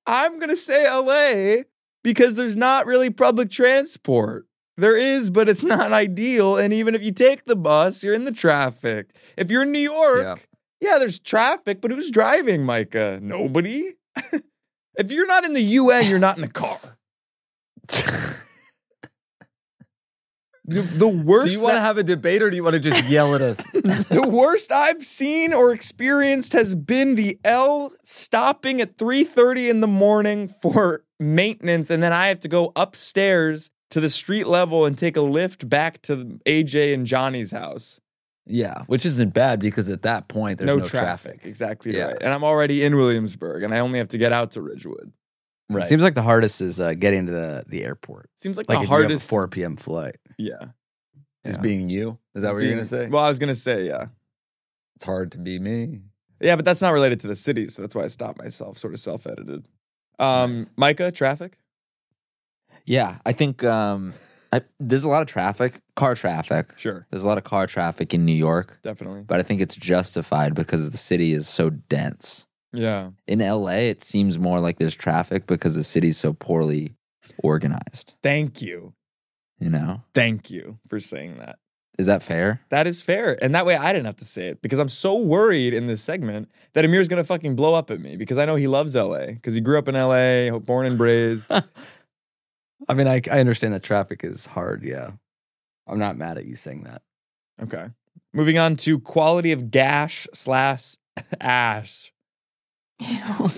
Speaker 5: I'm gonna say LA because there's not really public transport. There is, but it's not ideal. And even if you take the bus, you're in the traffic. If you're in New York, yeah, there's traffic, but who's driving, Micah? Nobody. if you're not in the UN, you're not in a car. the, the worst.
Speaker 3: do you want to
Speaker 5: that-
Speaker 3: have a debate or do you want to just yell at us?
Speaker 5: the worst I've seen or experienced has been the L stopping at 3:30 in the morning for maintenance and then I have to go upstairs to the street level and take a lift back to AJ and Johnny's house.
Speaker 3: yeah, which isn't bad because at that point there's no, traffic.
Speaker 5: Exactly
Speaker 3: Yeah.
Speaker 5: right. And I'm already in Williamsburg and I only have to get out to Ridgewood.
Speaker 3: Right.
Speaker 8: seems like the hardest is uh, getting to the, the airport.
Speaker 5: Seems like,
Speaker 8: Like
Speaker 5: the
Speaker 8: if you have a
Speaker 5: hardest
Speaker 8: four p.m. flight.
Speaker 5: Yeah.
Speaker 3: is
Speaker 8: Yeah.
Speaker 3: being you. Is that what you're
Speaker 5: Being-
Speaker 3: gonna say?
Speaker 5: Well, I was going to say yeah.
Speaker 3: it's hard to be me.
Speaker 5: Yeah, but that's not related to the city, so that's why I stopped myself, sort of self-edited. Um,
Speaker 3: Nice.
Speaker 5: Micah, traffic?
Speaker 9: Yeah, I think um, I, there's a lot of traffic, car traffic.
Speaker 5: Sure.
Speaker 9: There's a lot of car traffic in New York,
Speaker 5: Definitely.
Speaker 9: but I think it's justified because the city is so dense.
Speaker 5: Yeah.
Speaker 9: In LA, it seems more like there's traffic because the city's so poorly organized.
Speaker 5: Thank you.
Speaker 9: You know,
Speaker 5: Thank you for saying that.
Speaker 9: is that fair?
Speaker 5: That is fair. And that way I didn't have to say it because I'm so worried in this segment that Amir's going to fucking blow up at me because I know he loves LA because he grew up in LA, born and raised.
Speaker 8: I mean, I, I understand that traffic is hard. Yeah, I'm not mad at you saying that.
Speaker 5: Okay. Moving on to quality of gash slash ash.
Speaker 3: That's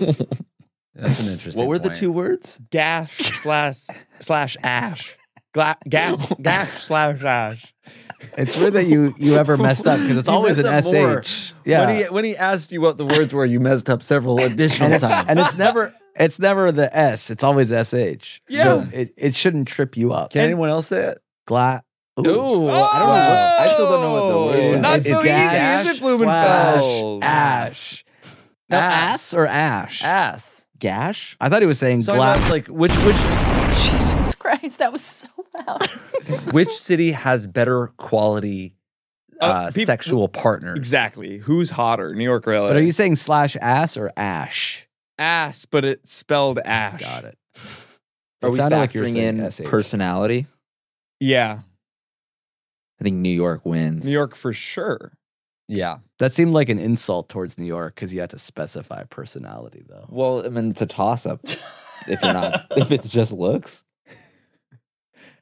Speaker 3: an interesting.
Speaker 9: What were the
Speaker 3: point.
Speaker 9: two words?
Speaker 5: Gash slash slash ash. Gla- gas, gash slash ash.
Speaker 8: It's weird that you you ever messed up because it's
Speaker 3: You
Speaker 8: always an
Speaker 3: messed up more.
Speaker 8: sh. Yeah,
Speaker 3: When he when he asked you what the words were, you messed up several additional times.
Speaker 8: and it's never it's never the s. It's always sh.
Speaker 5: Yeah.
Speaker 8: So it it shouldn't trip you up.
Speaker 3: Can anyone else say it?
Speaker 8: Gla- Ooh.
Speaker 3: Ooh, I don't know. I still don't know what the word
Speaker 5: Oh,
Speaker 3: is.
Speaker 5: Not
Speaker 8: It's
Speaker 5: so easy,
Speaker 8: gash
Speaker 5: is it,
Speaker 8: slash
Speaker 5: Blumenfeld?
Speaker 8: Ash. Now,
Speaker 3: Ass.
Speaker 8: ass or ash?
Speaker 3: ass.
Speaker 9: Gash?
Speaker 8: I thought he was saying
Speaker 3: So I
Speaker 8: gla-
Speaker 3: meant, like which which
Speaker 10: Jesus Christ, that was so loud.
Speaker 3: which city has better quality uh,
Speaker 5: Uh, peop-
Speaker 3: sexual partners?
Speaker 5: Exactly. Who's hotter, New York or LA?
Speaker 8: But are you saying slash ass or ash?
Speaker 5: ass, but it's spelled ash.
Speaker 8: Got it.
Speaker 9: Are
Speaker 8: It
Speaker 9: we
Speaker 8: sounded like you were
Speaker 9: factoring
Speaker 8: saying
Speaker 9: in
Speaker 8: SH.
Speaker 9: personality?
Speaker 5: Yeah.
Speaker 9: I think New York wins.
Speaker 5: New York for sure.
Speaker 3: Yeah.
Speaker 8: That seemed like an insult towards New York because you had to specify personality though.
Speaker 9: Well, I mean, it's a toss up. if you're not, if it's just looks,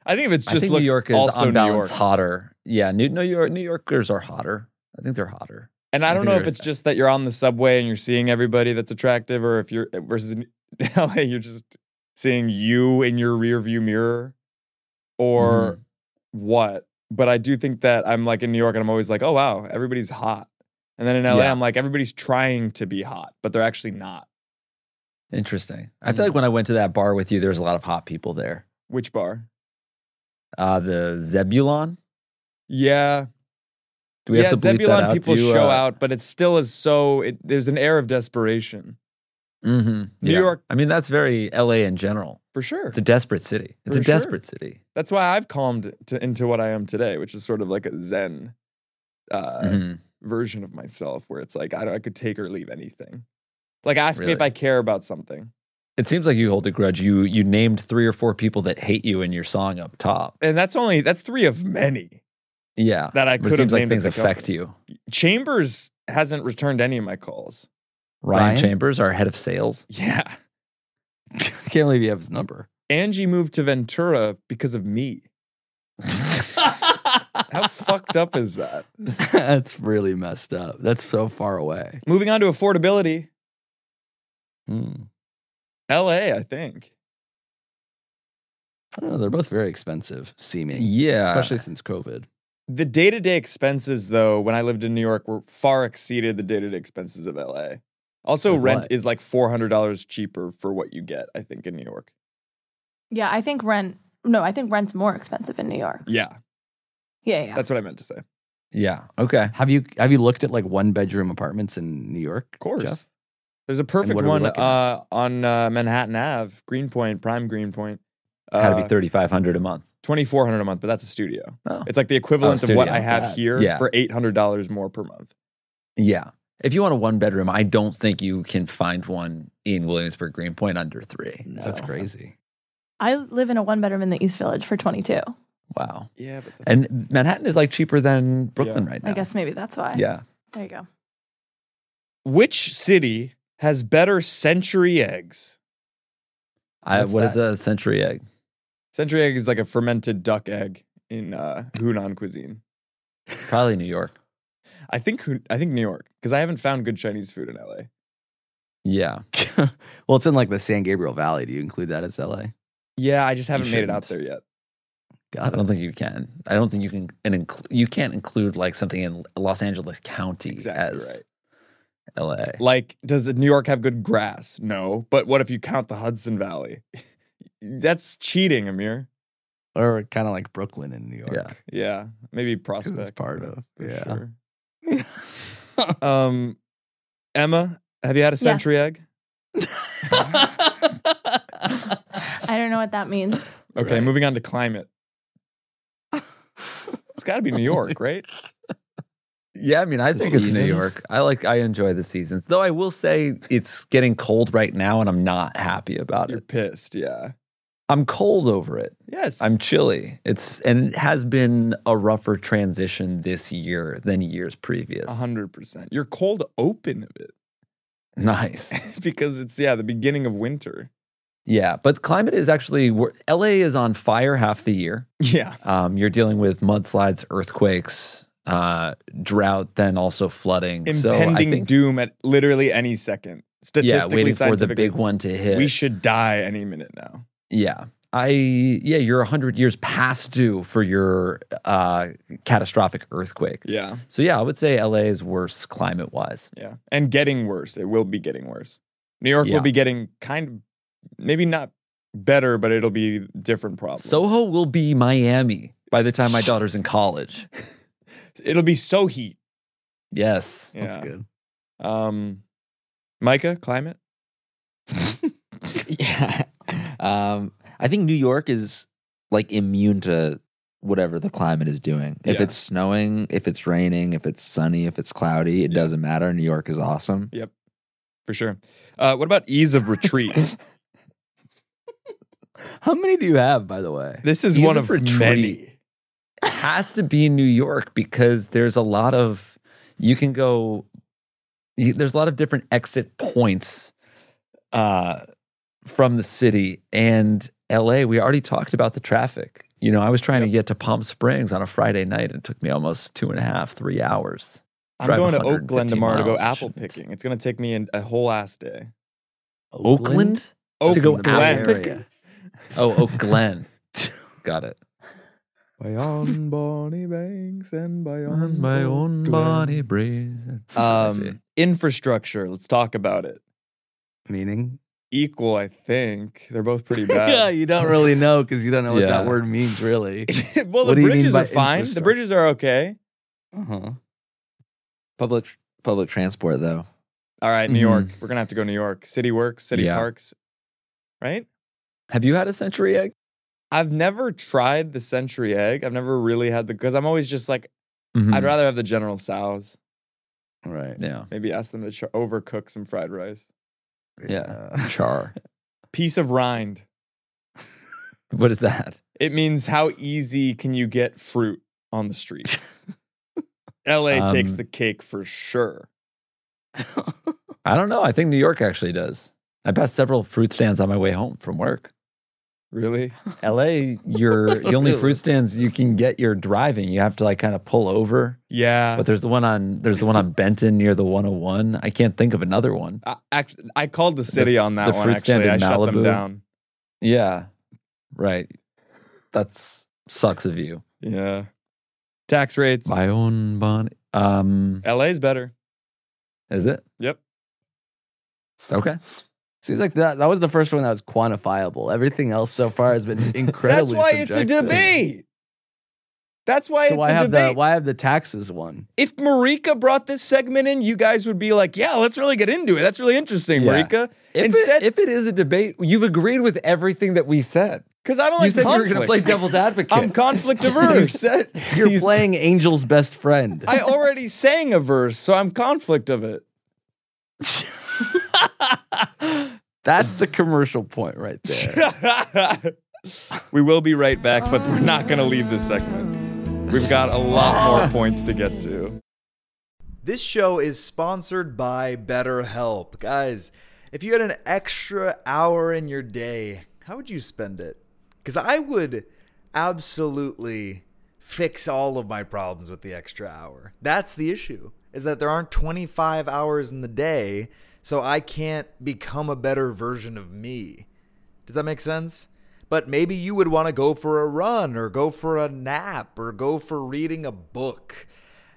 Speaker 5: I think if it's
Speaker 3: I
Speaker 5: just
Speaker 3: think
Speaker 5: looks,
Speaker 3: New York is
Speaker 5: also
Speaker 3: on
Speaker 5: New
Speaker 3: balance
Speaker 5: York.
Speaker 3: hotter. Yeah, New, New York New Yorkers are hotter. I think they're hotter.
Speaker 5: And I
Speaker 3: I
Speaker 5: don't
Speaker 3: think
Speaker 5: know if
Speaker 3: they're-
Speaker 5: it's just that you're on the subway and you're seeing everybody that's attractive, or if you're versus in LA, you're just seeing you in your rear view mirror,
Speaker 3: Mm-hmm.
Speaker 5: or what. But I do think that I'm like in New York and I'm always like, oh wow, everybody's hot. And then in LA,
Speaker 3: Yeah.
Speaker 5: I'm like, everybody's trying to be hot, but they're actually not.
Speaker 3: Interesting. I feel like when I went to that bar with you, there was a lot of hot people there.
Speaker 5: Which bar?
Speaker 3: Uh, the Zebulon.
Speaker 5: Yeah,
Speaker 3: Do we
Speaker 5: yeah.
Speaker 3: have to bleep
Speaker 5: Zebulon
Speaker 3: that out?
Speaker 5: people
Speaker 3: Do you,
Speaker 5: show
Speaker 3: uh,
Speaker 5: out, but it still is so. It, there's an air of desperation
Speaker 3: mhm.
Speaker 5: New
Speaker 3: Yeah.
Speaker 5: York-
Speaker 3: I mean, that's very LA in general.
Speaker 5: for sure.
Speaker 3: It's a desperate city. It's
Speaker 5: For
Speaker 3: a
Speaker 5: sure.
Speaker 3: desperate city.
Speaker 5: That's why I've calmed to, into what I am today, which is sort of like a Zen uh,
Speaker 3: Mhm.
Speaker 5: version of myself, where it's like I, don't- I could take or leave anything. Like ask me if
Speaker 3: Really?
Speaker 5: I care about something,
Speaker 3: It seems like you hold a grudge. You you named three or four people that hate you in your song up top.
Speaker 5: and that's only that's three of many.
Speaker 3: Yeah,
Speaker 5: That I
Speaker 3: But
Speaker 5: could
Speaker 3: It
Speaker 5: have
Speaker 3: seems like
Speaker 5: named at
Speaker 3: things
Speaker 5: the
Speaker 3: affect
Speaker 5: company.
Speaker 3: you.
Speaker 5: Chambers hasn't returned any of my calls.
Speaker 3: Ryan,
Speaker 8: Ryan?
Speaker 3: Chambers, our head of sales.
Speaker 5: Yeah,
Speaker 8: I can't believe you have his number.
Speaker 5: Angie moved to Ventura because of me. How fucked up is that?
Speaker 8: That's really messed up. That's so far away.
Speaker 5: Moving on to affordability,
Speaker 8: Hmm.
Speaker 5: L.A. I think.
Speaker 8: I don't know. They're both very expensive, seeming.
Speaker 3: Yeah,
Speaker 8: Especially since COVID.
Speaker 5: The day to day expenses, though, when I lived in New York, were far exceeded the day to day expenses of LA. Also,
Speaker 3: With
Speaker 5: rent
Speaker 3: what?
Speaker 5: is like four hundred dollars cheaper for what you get. I think in New York.
Speaker 10: Yeah, I think rent. No, I think rent's more expensive in New York.
Speaker 5: Yeah,
Speaker 10: Yeah, yeah.
Speaker 5: that's what I meant to say. Of
Speaker 3: Yeah. Okay.
Speaker 8: Have you have you looked at like one bedroom apartments in New York? Of
Speaker 5: course, there's a perfect
Speaker 8: what are we
Speaker 5: one
Speaker 8: looking at?
Speaker 5: uh, on uh, Manhattan Ave, Greenpoint, Prime Greenpoint.
Speaker 3: Had to
Speaker 5: Uh,
Speaker 3: be thirty five hundred a month.
Speaker 5: twenty four hundred a month, but that's a studio.
Speaker 3: Oh.
Speaker 5: It's like the equivalent of what
Speaker 3: studio.
Speaker 5: I have
Speaker 3: Bad.
Speaker 5: here
Speaker 3: Yeah.
Speaker 5: for eight hundred dollars more per month.
Speaker 3: Yeah. If you want a one bedroom, I don't think you can find one in Williamsburg Greenpoint under three.
Speaker 8: That's crazy.
Speaker 10: I live in a one bedroom in the East Village for 22.
Speaker 3: Wow.
Speaker 5: Yeah, but the-
Speaker 3: And Manhattan is like cheaper than Brooklyn right now.
Speaker 10: I guess maybe that's why.
Speaker 3: Yeah.
Speaker 10: There you go.
Speaker 5: which city has better century eggs?
Speaker 3: I,
Speaker 5: What's
Speaker 3: what is
Speaker 5: that?
Speaker 3: a century egg?
Speaker 5: Century egg is like a fermented duck egg in uh, Hunan cuisine.
Speaker 3: Probably New York.
Speaker 5: I think Hun- I think New York because I haven't found good Chinese food in LA.
Speaker 3: Yeah.
Speaker 8: well, it's in like the San Gabriel Valley. Do you include that as LA?
Speaker 5: Yeah, I just haven't made it out there
Speaker 8: shouldn't.
Speaker 5: yet.
Speaker 3: I don't think you can. I don't think you can. And incl- you can't include like something in Los Angeles County
Speaker 5: Exactly
Speaker 3: as
Speaker 5: right.
Speaker 3: LA.
Speaker 5: Like, does New York have good grass? No. But what if you count the Hudson Valley? That's cheating, Amir.
Speaker 8: Or kind of like Brooklyn in New York.
Speaker 3: Yeah.
Speaker 5: Yeah, maybe
Speaker 8: 'Cause
Speaker 5: prospect.
Speaker 8: It's part of.
Speaker 5: for
Speaker 8: Yeah.
Speaker 5: sure. um, Emma, have you had a century egg?
Speaker 10: I don't know what that means.
Speaker 5: Okay,
Speaker 8: Right.
Speaker 5: moving on to climate. It's got to be New York, right?
Speaker 3: Yeah, I mean, I
Speaker 8: The
Speaker 3: think it's New
Speaker 8: seasons.
Speaker 3: York. I like, I enjoy the seasons. Though I will say it's getting cold right now, and I'm not happy about
Speaker 5: You're
Speaker 3: it.
Speaker 5: pissed, yeah.
Speaker 3: I'm cold over it.
Speaker 5: Yes,
Speaker 3: I'm chilly. It's and it has been a rougher transition this year than years previous.
Speaker 5: hundred percent. You're cold open of it
Speaker 3: Nice.
Speaker 5: because it's yeah the beginning of winter.
Speaker 3: Yeah, but climate is actually wor- LA is on fire half the year.
Speaker 5: Yeah,
Speaker 3: Um, you're dealing with mudslides, earthquakes, uh, drought, then also flooding. so I
Speaker 5: impending
Speaker 3: think,
Speaker 5: doom at literally any second.
Speaker 3: yeah,
Speaker 5: Statistically,
Speaker 3: waiting for the
Speaker 5: scientifically,
Speaker 3: big one to hit.
Speaker 5: We should die any minute now.
Speaker 3: yeah. I yeah, you're 100 years past due for your uh, catastrophic earthquake.
Speaker 5: Yeah,
Speaker 3: So yeah, I would say LA is worse climate wise.
Speaker 5: yeah, and getting worse. It will be getting worse. New York
Speaker 3: Yeah.
Speaker 5: will be getting kind of maybe not better, but it'll be different problems.
Speaker 3: Soho will be Miami by the time my daughter's in college.
Speaker 5: it'll be so heat.
Speaker 3: Yes.
Speaker 5: Yeah.
Speaker 8: That's good.
Speaker 5: Um, Micah, climate.
Speaker 9: yeah. Um, I think New York is like immune to whatever the climate is doing. If
Speaker 5: Yeah.
Speaker 9: it's snowing, if it's raining, if it's sunny, if it's cloudy, it
Speaker 5: Yeah.
Speaker 9: doesn't matter. New York is awesome.
Speaker 5: For sure. Uh, what about ease of retreat?
Speaker 8: How many do you have, by the way?
Speaker 5: this is
Speaker 3: Ease
Speaker 5: one
Speaker 3: of
Speaker 5: of
Speaker 3: retreat.
Speaker 5: many.
Speaker 3: It has to be New York because there's a lot of you can go you, there's a lot of different exit points uh from the city and LA we already talked about the traffic. You know, I was trying to get to Palm Springs on a Friday night. It took me almost two and a half, three hours.
Speaker 5: I'm
Speaker 3: Drive
Speaker 5: going to
Speaker 3: 150
Speaker 5: Oakland tomorrow to go
Speaker 3: miles.
Speaker 5: apple picking. It's going to take me an, a whole ass day.
Speaker 3: Oakland?
Speaker 5: Oakland.
Speaker 3: To go
Speaker 5: Glen.
Speaker 3: apple picking? Oh, oh, Glen. Got it.
Speaker 5: By on Bonnie Banks and by
Speaker 3: On my own body, breathe.
Speaker 5: Um, infrastructure. Let's talk about it.
Speaker 8: Meaning?
Speaker 5: Equal, I think. They're both pretty
Speaker 8: yeah,
Speaker 5: bad.
Speaker 8: you don't really know because you don't know what that
Speaker 3: Yeah.
Speaker 8: word means, really.
Speaker 5: well,
Speaker 8: What do you
Speaker 5: the
Speaker 8: mean
Speaker 5: bridges
Speaker 8: by
Speaker 5: are fine. The
Speaker 8: infrastructure?
Speaker 5: bridges are okay.
Speaker 8: Uh-huh.
Speaker 9: Public public transport though.
Speaker 5: All right, New
Speaker 3: Mhm.
Speaker 5: York. We're going to have to go to New York. City works, city
Speaker 3: Yeah.
Speaker 5: parks. Right?
Speaker 3: Have you had a century egg?
Speaker 5: I've never tried the century egg. I've never really had the because I'm always just like
Speaker 3: Mm-hmm. Mm.
Speaker 5: I'd rather have the General Sows.
Speaker 8: Right.
Speaker 3: Yeah.
Speaker 5: Maybe ask them to ch- overcook some fried rice.
Speaker 3: Yeah. Char.
Speaker 5: Piece of rind.
Speaker 3: what is that?
Speaker 5: It means how easy can you get fruit on the street. L.A. takes
Speaker 3: Um,
Speaker 5: the cake for sure.
Speaker 3: I don't know. I think New York actually does. I passed several fruit stands on my way home from work.
Speaker 5: Really?
Speaker 3: LA, your the only fruit stands you can get you're driving. You have to like kind of pull over.
Speaker 5: Yeah.
Speaker 3: But there's the one on there's the one on Benton near the 101. I can't think of another one.
Speaker 5: I, actually, I called the city on that
Speaker 3: the
Speaker 5: one.
Speaker 3: fruit stand
Speaker 5: Actually, I
Speaker 3: in
Speaker 5: shut them
Speaker 3: Malibu?
Speaker 5: down.
Speaker 3: Yeah. Right. That's sucks of you.
Speaker 5: Yeah. Tax rates.
Speaker 3: My own bond. Um
Speaker 5: L.A.'s better.
Speaker 3: is it?
Speaker 5: Yep.
Speaker 8: Okay. Seems like that, that was the first one that was quantifiable. Everything else so far has been
Speaker 2: That's
Speaker 8: incredibly
Speaker 2: why it's a
Speaker 8: subjective.
Speaker 2: debate. That's why
Speaker 8: So
Speaker 2: it's
Speaker 8: why
Speaker 2: a
Speaker 8: have the
Speaker 2: debate.
Speaker 8: why have the taxes one?
Speaker 2: if Marika brought this segment in, you guys would be like, "Yeah, let's really get into it. That's really interesting,
Speaker 8: Yeah.
Speaker 2: Marika."
Speaker 3: If
Speaker 2: Instead-
Speaker 3: it, if it is a debate, you've agreed with everything that we said.
Speaker 2: Because I don't
Speaker 3: You
Speaker 2: like
Speaker 3: said
Speaker 2: conflict.
Speaker 3: you were going to play devil's advocate.
Speaker 2: I'm conflict
Speaker 8: You
Speaker 2: averse.
Speaker 8: said you're
Speaker 2: You-
Speaker 8: playing Angel's best friend.
Speaker 2: I already sang a verse, so I'm conflict of it.
Speaker 8: That's the commercial point right there.
Speaker 2: we will be right back, but we're not going to leave this segment. We've got a lot more points to get to.
Speaker 5: This show is sponsored by BetterHelp. Guys, if you had an extra hour in your day, how would you spend it? Because I would absolutely fix all of my problems with the extra hour. That's the issue, is that there aren't 25 hours in the day, so I can't become a better version of me. Does that make sense? But maybe you would want to go for a run or go for a nap or go for reading a book.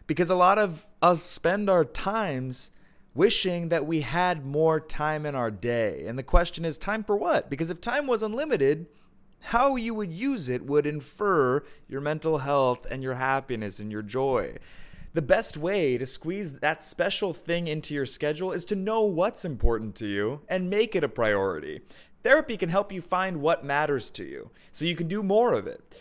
Speaker 5: Because a lot of us spend our times wishing that we had more time in our day. And the question is time for what? Because if time was unlimited, how you would use it would infer your mental health and your happiness and your joy. The best way to squeeze that special thing into your schedule is to know what's important to you and make it a priority. Therapy can help you find what matters to you so you can do more of it.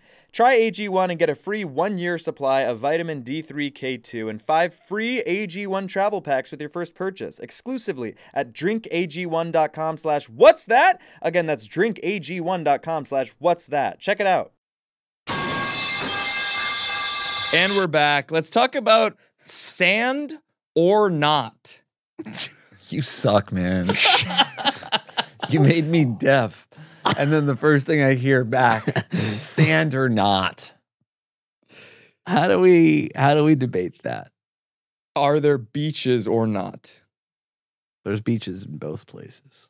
Speaker 2: Try AG1 and get a free one year supply of vitamin D3K2 and five free AG1 travel packs with your first purchase exclusively at drinkag1.com slash what's that? Again, that's drinkag1.com slash what's that. Check it out. And we're back. Let's talk about sand or not.
Speaker 8: You suck, man. you made me deaf. And then the first thing I hear back, sand or not. How do we how do we debate that?
Speaker 2: Are there beaches or not?
Speaker 8: There's beaches in both places.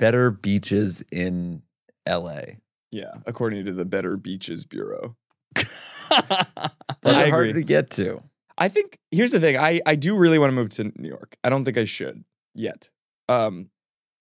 Speaker 3: Better beaches in L.A.
Speaker 2: Yeah, according to the Better Beaches Bureau.
Speaker 3: But
Speaker 2: I
Speaker 3: they're harder
Speaker 2: agree.
Speaker 3: to get to.
Speaker 2: I think here's the thing. I, I do really want to move to New York. I don't think I should yet. Um,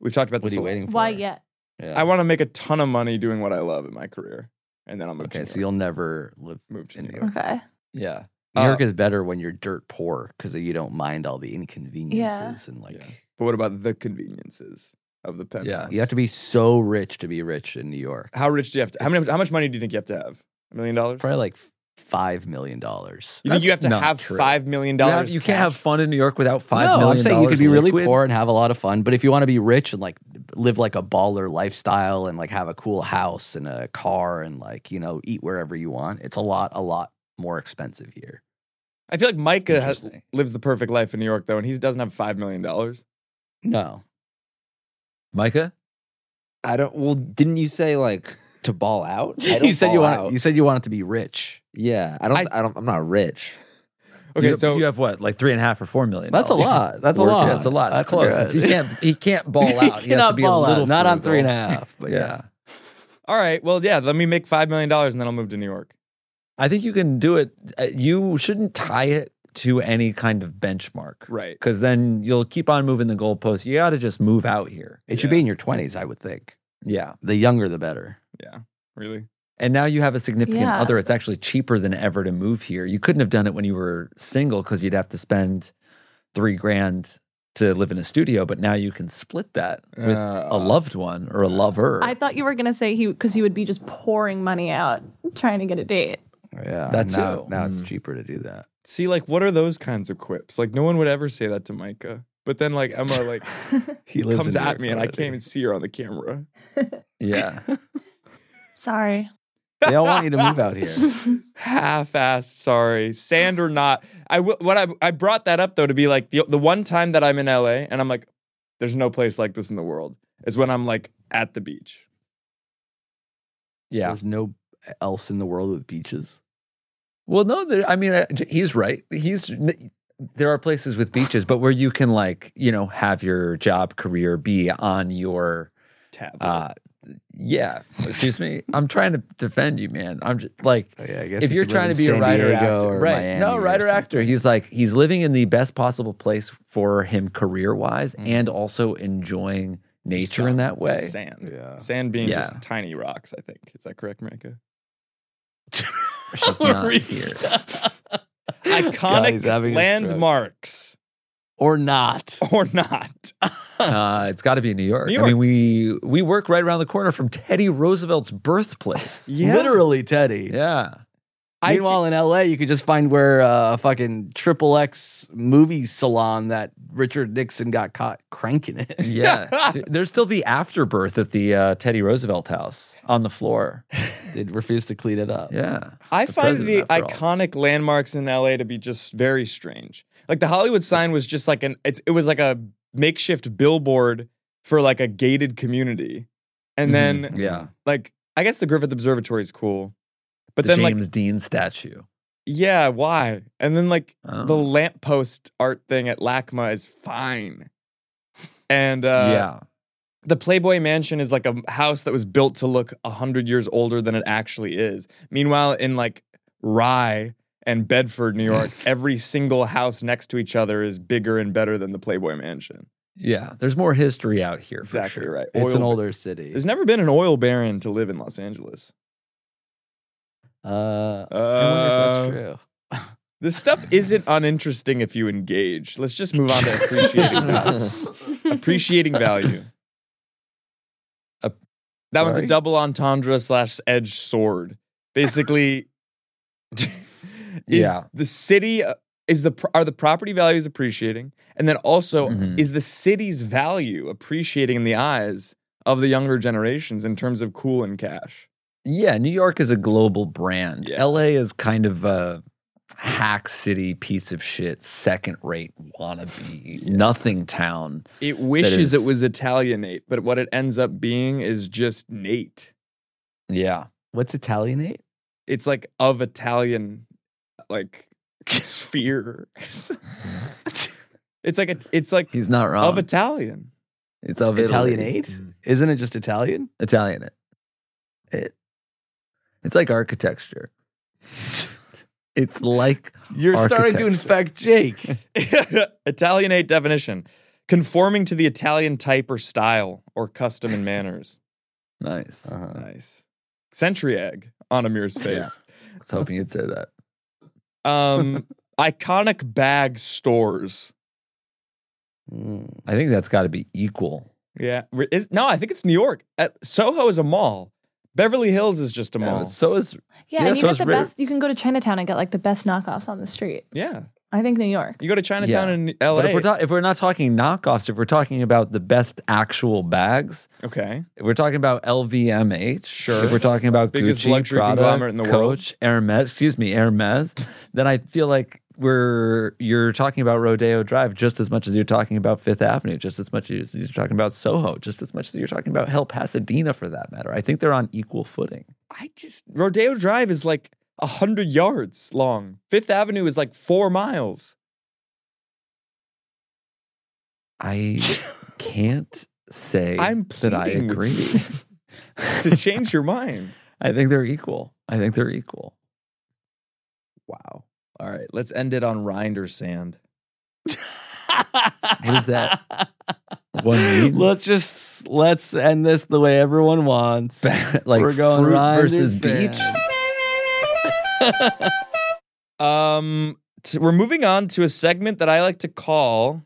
Speaker 2: we've talked about
Speaker 8: What are
Speaker 2: this.
Speaker 8: you
Speaker 2: a lot.
Speaker 8: waiting for?
Speaker 10: Why yet?
Speaker 2: I want to make a ton of money doing what I love in my career, and then I'll move
Speaker 8: Okay,
Speaker 2: to
Speaker 8: so
Speaker 2: New York.
Speaker 8: you'll never live.
Speaker 2: move to
Speaker 8: in
Speaker 2: New
Speaker 8: New
Speaker 2: York.
Speaker 10: Okay.
Speaker 3: Yeah.
Speaker 8: New
Speaker 2: Uh,
Speaker 5: Um,
Speaker 8: York is better when you're dirt poor because you don't mind all the inconveniences and like
Speaker 2: Yeah. But what about the conveniences of the penthouse?
Speaker 3: Yeah,
Speaker 8: you have to be so rich to be rich in New York.
Speaker 2: How rich do you have to? How many? How much money do you think you have to have? A million dollars?
Speaker 8: Probably like five million dollars.
Speaker 2: You think you have
Speaker 3: That's
Speaker 2: to
Speaker 3: not
Speaker 2: have
Speaker 3: true.
Speaker 2: five million
Speaker 3: You, have-
Speaker 2: dollars?
Speaker 3: you can't have fun in New York without five
Speaker 8: no,
Speaker 3: million
Speaker 8: I'm saying you could
Speaker 3: dollars
Speaker 8: be really
Speaker 3: liquid.
Speaker 8: poor and have a lot of fun, but if you want to be rich and like live like a baller lifestyle and like have a cool house and a car and like you know eat wherever you want, it's a lot, a lot more expensive here.
Speaker 5: I feel like Micah has, lives the perfect life in New York, though, and he doesn't have $5 million.
Speaker 9: No.
Speaker 3: Micah?
Speaker 9: I don't. Well, didn't you say like to ball out? I
Speaker 8: you
Speaker 9: don't
Speaker 8: said you
Speaker 9: ball
Speaker 8: want
Speaker 9: out.
Speaker 8: you said you wanted to be rich.
Speaker 9: Yeah, I don't. I, don't. I'm not rich.
Speaker 5: Okay,
Speaker 3: you,
Speaker 5: so
Speaker 3: you have what, like three and a half or four million?
Speaker 8: That's a
Speaker 3: dollars?
Speaker 8: lot. That's a
Speaker 3: Working.
Speaker 8: lot.
Speaker 3: That's a lot. That's,
Speaker 8: That's
Speaker 3: close.
Speaker 8: good.
Speaker 3: It's- He can't. He can't ball
Speaker 8: He
Speaker 3: out. He has to
Speaker 8: cannot
Speaker 3: be a
Speaker 8: ball out.
Speaker 3: little.
Speaker 8: Not on
Speaker 3: frugal.
Speaker 8: three and a half, but yeah.
Speaker 5: all right, well, yeah, let me make $5 million and then I'll move to New York.
Speaker 3: I think you can do it. Uh, You shouldn't tie it to any kind of benchmark,
Speaker 5: Right.
Speaker 3: Because then you'll keep on moving the goalpost. You got to just move out here.
Speaker 8: It should be in your twenties, I would think.
Speaker 3: Yeah.
Speaker 8: The younger the better.
Speaker 5: Really?
Speaker 3: And now you have a significant
Speaker 10: Yeah.
Speaker 3: other. It's actually cheaper than ever to move here. You couldn't have done it when you were single because you'd have to spend three grand to live in a studio. But now you can split that with a
Speaker 5: Uh,
Speaker 3: loved one or a lover.
Speaker 10: I thought you were gonna say he because he would be just pouring money out trying to get a date.
Speaker 8: Yeah.
Speaker 3: That
Speaker 8: now,
Speaker 3: too.
Speaker 8: now it's
Speaker 3: Mm.
Speaker 8: cheaper to do that.
Speaker 5: See, like, what are those kinds of quips? Like, no one would ever say that to Micah. But then, like, Emma, like,
Speaker 8: He lives
Speaker 5: comes
Speaker 8: in New
Speaker 5: at
Speaker 8: York
Speaker 5: me and I
Speaker 8: already.
Speaker 5: can't even see her on the camera.
Speaker 3: yeah.
Speaker 10: Sorry.
Speaker 8: They all want you to move out here.
Speaker 5: half-assed sorry sand or not i will what I, I brought that up though to be like the, the one time that i'm in la and i'm like there's no place like this in the world is when i'm like at the beach
Speaker 3: Yeah.
Speaker 8: There's no else in the world with beaches.
Speaker 3: Well, no, there, I mean, I- j- he's right. He's there are places with beaches, but where you can like you know have your job career be on your
Speaker 5: tab
Speaker 8: Ah,
Speaker 3: uh yeah. Excuse me, I'm trying to defend you, man. I'm just like
Speaker 8: Oh, yeah, I guess
Speaker 3: if
Speaker 8: you
Speaker 3: you're
Speaker 8: could live
Speaker 3: trying to
Speaker 8: in
Speaker 3: be a
Speaker 8: San
Speaker 3: writer
Speaker 8: Diego
Speaker 3: actor,
Speaker 8: or
Speaker 3: right?
Speaker 8: Miami
Speaker 3: no,
Speaker 8: or
Speaker 3: writer
Speaker 8: something.
Speaker 3: actor. He's like he's living in the best possible place for him career wise, and also enjoying nature in
Speaker 5: Sun.
Speaker 3: that way.
Speaker 5: sand
Speaker 8: Yeah.
Speaker 5: sand being
Speaker 3: Yeah.
Speaker 5: just tiny rocks i think is that correct Micah?
Speaker 3: She's not here.
Speaker 8: God, he's
Speaker 5: iconic
Speaker 8: having a stroke.
Speaker 5: landmarks
Speaker 8: Or not.
Speaker 5: or not
Speaker 3: Uh, it's got to be New York.
Speaker 5: New
Speaker 3: I
Speaker 5: York.
Speaker 3: mean, we we work right around the corner from Teddy Roosevelt's birthplace.
Speaker 8: Literally Teddy.
Speaker 3: yeah.
Speaker 5: I
Speaker 8: Meanwhile, in LA, you could just find where uh, a fucking triple X movie salon that Richard Nixon got caught cranking it.
Speaker 3: Yeah. Dude, There's still the afterbirth at the uh, Teddy Roosevelt house on the floor.
Speaker 8: they refused to clean it up.
Speaker 3: Yeah.
Speaker 5: I
Speaker 3: The
Speaker 5: find the
Speaker 3: president, after all.
Speaker 5: iconic landmarks in LA to be just very strange. Like the Hollywood sign was just like an it's, it was like a makeshift billboard for like a gated community. And then
Speaker 3: Mhm, yeah.
Speaker 5: like I guess the Griffith Observatory is cool. But
Speaker 3: the
Speaker 5: then
Speaker 3: James
Speaker 5: like
Speaker 3: Dean statue.
Speaker 5: yeah, why? And then like
Speaker 3: Oh.
Speaker 5: the uh, lamppost art thing at LACMA is fine. And uh
Speaker 3: yeah.
Speaker 5: the Playboy Mansion is like a house that was built to look 100 years older than it actually is. Meanwhile, in like Rye and Bedford, New York, every single house next to each other is bigger and better than the Playboy Mansion.
Speaker 3: Yeah. There's more history out here. For
Speaker 5: Exactly
Speaker 3: sure.
Speaker 5: right.
Speaker 8: It's an
Speaker 5: Oil-
Speaker 8: older city.
Speaker 5: There's never been an oil baron to live in Los Angeles.
Speaker 8: Uh, I wonder
Speaker 5: Uh,
Speaker 8: if that's true.
Speaker 5: This stuff isn't uninteresting if you engage. Let's just move on to appreciating value. appreciating value.
Speaker 3: Uh,
Speaker 5: that one's a
Speaker 3: sorry?
Speaker 5: double entendre slash edge sword. Basically, is
Speaker 3: Yeah.
Speaker 5: the city uh, is the pro- are the property values appreciating, and then also
Speaker 3: Mhm.
Speaker 5: is the city's value appreciating in the eyes of the younger generations in terms of cool and cash.
Speaker 3: Yeah. New York is a global brand.
Speaker 5: Yeah.
Speaker 3: LA is kind of a hack city, piece of shit, second rate wannabe, nothing town.
Speaker 5: It wishes it
Speaker 3: is-
Speaker 5: was Italianate, but what it ends up being is just Nate.
Speaker 3: Yeah.
Speaker 8: What's Italianate?
Speaker 5: it's like of Italian like sphere. it's like a, it's like
Speaker 3: He's not wrong.
Speaker 5: of Italian.
Speaker 3: it's of
Speaker 8: Italianate?
Speaker 3: Italy.
Speaker 8: Isn't it just Italian?
Speaker 3: Italianate.
Speaker 8: It-
Speaker 3: It's like architecture. it's like
Speaker 8: You're starting to
Speaker 3: Architecture.
Speaker 8: infect Jake.
Speaker 5: Italianate definition. Conforming to the Italian type or style or custom and manners.
Speaker 3: nice.
Speaker 5: Uh,
Speaker 3: I
Speaker 8: Uh-huh.
Speaker 5: Nice. Century egg on Amir's
Speaker 3: Yeah.
Speaker 5: face.
Speaker 3: was hoping you'd say that.
Speaker 5: Um iconic bag stores.
Speaker 8: Mm.
Speaker 3: I think that's got to be equal.
Speaker 5: Yeah. Re- Is, no, I think it's New York. Uh, Soho is a mall. Beverly Hills is just a
Speaker 3: Yeah,
Speaker 5: mall.
Speaker 3: but so is
Speaker 10: Yeah,
Speaker 3: Yeah,
Speaker 10: and you
Speaker 3: so
Speaker 10: get
Speaker 3: it's
Speaker 10: the
Speaker 3: rare.
Speaker 10: best. You can go to Chinatown and get like the best knockoffs on the street.
Speaker 5: yeah.
Speaker 10: I think New York.
Speaker 5: You go to Chinatown
Speaker 3: Yeah.
Speaker 5: in
Speaker 3: but
Speaker 5: LA.
Speaker 3: if we're ta- if we're not talking knockoffs, if we're talking about the best actual bags,
Speaker 5: okay.
Speaker 3: if we're talking about LVMH.
Speaker 5: Sure.
Speaker 3: If we're talking about
Speaker 5: Biggest
Speaker 3: Gucci,
Speaker 5: luxury
Speaker 3: Prada,
Speaker 5: conglomerate in the world.
Speaker 3: Coach, Hermes. Excuse me, Hermes. then I feel like we're you're talking about Rodeo Drive just as much as you're talking about Fifth Avenue, just as much as you're talking about Soho, just as much as you're talking about hell Pasadena for that matter. I think they're on equal footing.
Speaker 5: I just Rodeo Drive is like hundred yards long. Fifth Avenue is like four miles.
Speaker 3: I can't say
Speaker 5: I'm
Speaker 3: that I
Speaker 5: pleading with
Speaker 3: agree.
Speaker 5: to change your mind.
Speaker 3: I think they're equal. I think they're equal.
Speaker 5: Wow. All right, let's end it on Rinder Sand.
Speaker 3: What is that? One mean?
Speaker 8: Let's just let's end this the way everyone wants.
Speaker 3: like
Speaker 8: We're going
Speaker 3: fruit
Speaker 8: rind
Speaker 3: versus
Speaker 8: and
Speaker 3: beach.
Speaker 8: sand.
Speaker 5: Um, t- we're moving on to a segment that I like to call.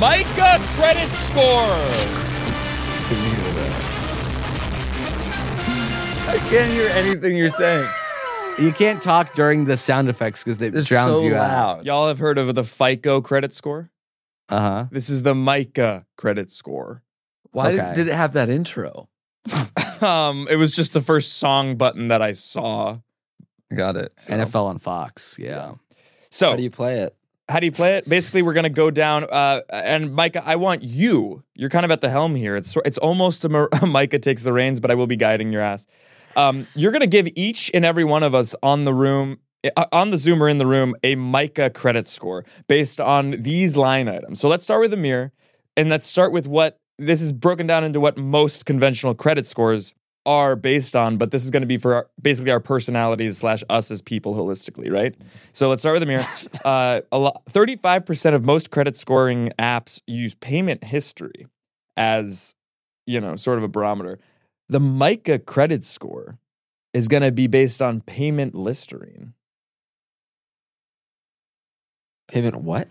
Speaker 5: Micah credit score.
Speaker 3: I can't hear anything you're saying.
Speaker 8: You can't talk during the sound effects because it
Speaker 3: They're
Speaker 8: drowns
Speaker 3: so
Speaker 8: you out.
Speaker 3: loud.
Speaker 5: Y'all have heard of the FICO credit score?
Speaker 8: Uh huh.
Speaker 5: This is the Micah credit score.
Speaker 3: Why
Speaker 8: Okay.
Speaker 3: did, did it have that intro?
Speaker 5: um, it was just the first song button that I saw.
Speaker 3: Got it.
Speaker 5: So-
Speaker 8: NFL on Fox. Yeah.
Speaker 9: Oh.
Speaker 5: So
Speaker 8: How do you play it?
Speaker 5: how do you play it? Basically, we're gonna go down. Uh, and Micah, I want you. You're kind of at the helm here. It's it's almost a, Mar- Micah takes the reins, but I will be guiding your ass. Um, you're gonna give each and every one of us on the room, uh, on the Zoom or in the room, a Micah credit score based on these line items. So let's start with Amir, and let's start with what this is broken down into what most conventional credit scores are based on. But this is gonna be for our, basically our personalities slash us as people holistically, right? So let's start with Amir. Uh, a lot, 35% of most credit scoring apps use payment history as, you know, sort of a barometer. The Mica credit score is going to be based on payment listerine.
Speaker 8: Payment what?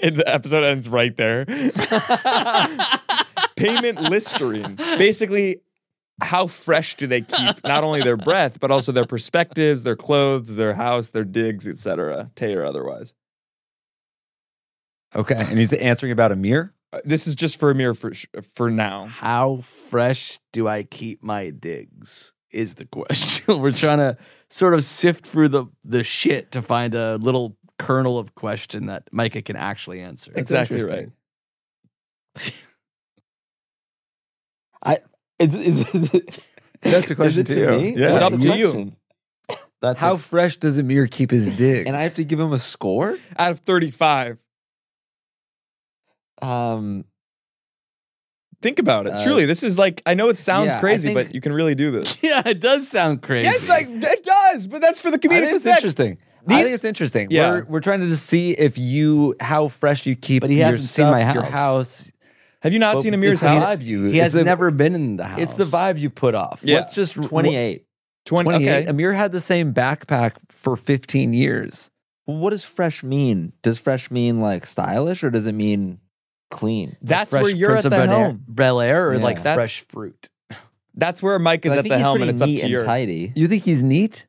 Speaker 5: and the episode ends right there. payment listerine. Basically, how fresh do they keep not only their breath, but also their perspectives, their clothes, their house, their digs, etc., Tay or otherwise.
Speaker 3: Okay. And he's answering about Amir?
Speaker 5: Uh, This is just for Amir for, sh- for now.
Speaker 8: How fresh do I keep my digs? Is the question. We're trying to sort of sift through the, the shit to find a little kernel of question that Micah can actually answer.
Speaker 5: exactly right.
Speaker 3: interesting.
Speaker 8: Is, is,
Speaker 3: That's a question
Speaker 8: is it
Speaker 3: to you.
Speaker 8: me?
Speaker 3: Yeah.
Speaker 5: It's
Speaker 8: That's
Speaker 5: up
Speaker 8: the
Speaker 5: to you.
Speaker 8: question. That's
Speaker 3: How
Speaker 8: a-
Speaker 3: fresh does Amir keep his digs?
Speaker 8: and I have to give him a score?
Speaker 5: out of 35.
Speaker 8: Um,
Speaker 5: Think about it.
Speaker 8: Uh,
Speaker 5: Truly, this is like I know it sounds
Speaker 8: yeah, I
Speaker 5: crazy,
Speaker 8: think-
Speaker 5: but you can really do this.
Speaker 8: yeah, it does sound crazy.
Speaker 5: it does, but that's for the
Speaker 3: I think it's interesting. I
Speaker 5: These-
Speaker 3: think it's interesting.
Speaker 5: Yeah.
Speaker 3: We're, we're trying to just see if you how fresh you keep.
Speaker 8: But he
Speaker 3: your
Speaker 8: hasn't seen
Speaker 3: stuff,
Speaker 8: my
Speaker 3: Your
Speaker 8: house.
Speaker 3: house.
Speaker 5: Have you not
Speaker 3: Well,
Speaker 5: seen Amir's
Speaker 3: it's the
Speaker 5: house?
Speaker 3: vibe you.
Speaker 8: He
Speaker 3: it's
Speaker 8: has
Speaker 3: the-
Speaker 8: never been in the house.
Speaker 3: It's the vibe you put off.
Speaker 5: Yeah.
Speaker 3: Let's just
Speaker 8: Twenty-eight.
Speaker 5: 20,
Speaker 3: 28.
Speaker 5: okay.
Speaker 3: Amir had the same backpack for 15 years.
Speaker 8: What does fresh mean? Does fresh mean like stylish, or does it mean clean?
Speaker 5: That's
Speaker 3: Fresh
Speaker 5: where you're
Speaker 3: Prince
Speaker 5: at
Speaker 3: of
Speaker 5: the
Speaker 3: Bel-Air-
Speaker 5: helm.
Speaker 3: Bel Air or
Speaker 8: Yeah.
Speaker 3: like
Speaker 8: That's-
Speaker 3: fresh fruit.
Speaker 5: That's where Mike is
Speaker 8: I
Speaker 5: at
Speaker 8: think
Speaker 5: the
Speaker 8: he's
Speaker 5: helm, and
Speaker 8: pretty
Speaker 5: it's up
Speaker 8: neat
Speaker 5: to your.
Speaker 8: and tidy,
Speaker 3: You think he's neat?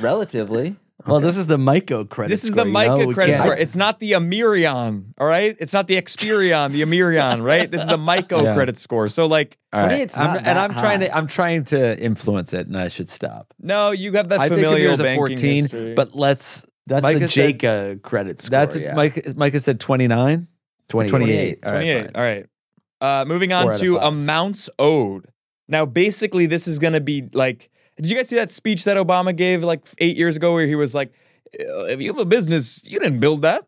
Speaker 8: relatively.
Speaker 3: Well, this
Speaker 9: is the Myco credit.
Speaker 5: This is the Micah credit
Speaker 3: can't-
Speaker 5: score. It's not the Amirion, all right? It's not the Experion, the Amirion, right? This is the Micah
Speaker 3: Yeah.
Speaker 5: credit score. So, like,
Speaker 3: All right.
Speaker 8: 28's
Speaker 3: I'm-
Speaker 8: not
Speaker 3: and
Speaker 8: that
Speaker 3: I'm trying
Speaker 8: high.
Speaker 3: to I'm trying to influence it, and I should stop.
Speaker 5: no, you have that
Speaker 3: I think
Speaker 5: familial
Speaker 3: Amir's a
Speaker 5: banking
Speaker 3: 14,
Speaker 5: history.
Speaker 3: but let's.
Speaker 9: That's
Speaker 3: Micah
Speaker 9: the
Speaker 3: said-
Speaker 9: Jacob credit score.
Speaker 3: That's
Speaker 9: yeah.
Speaker 3: Micah, Micah said 29,
Speaker 9: 28.
Speaker 3: 28. All right,
Speaker 5: 28.
Speaker 3: fine.
Speaker 5: All right. Uh, moving
Speaker 3: Four
Speaker 5: on
Speaker 3: out of
Speaker 5: to
Speaker 3: five.
Speaker 5: amounts owed. Now, basically, this is going to be like, did you guys see that speech that Obama gave like eight years ago where he was like, "Uh, if you have a business, you didn't build that?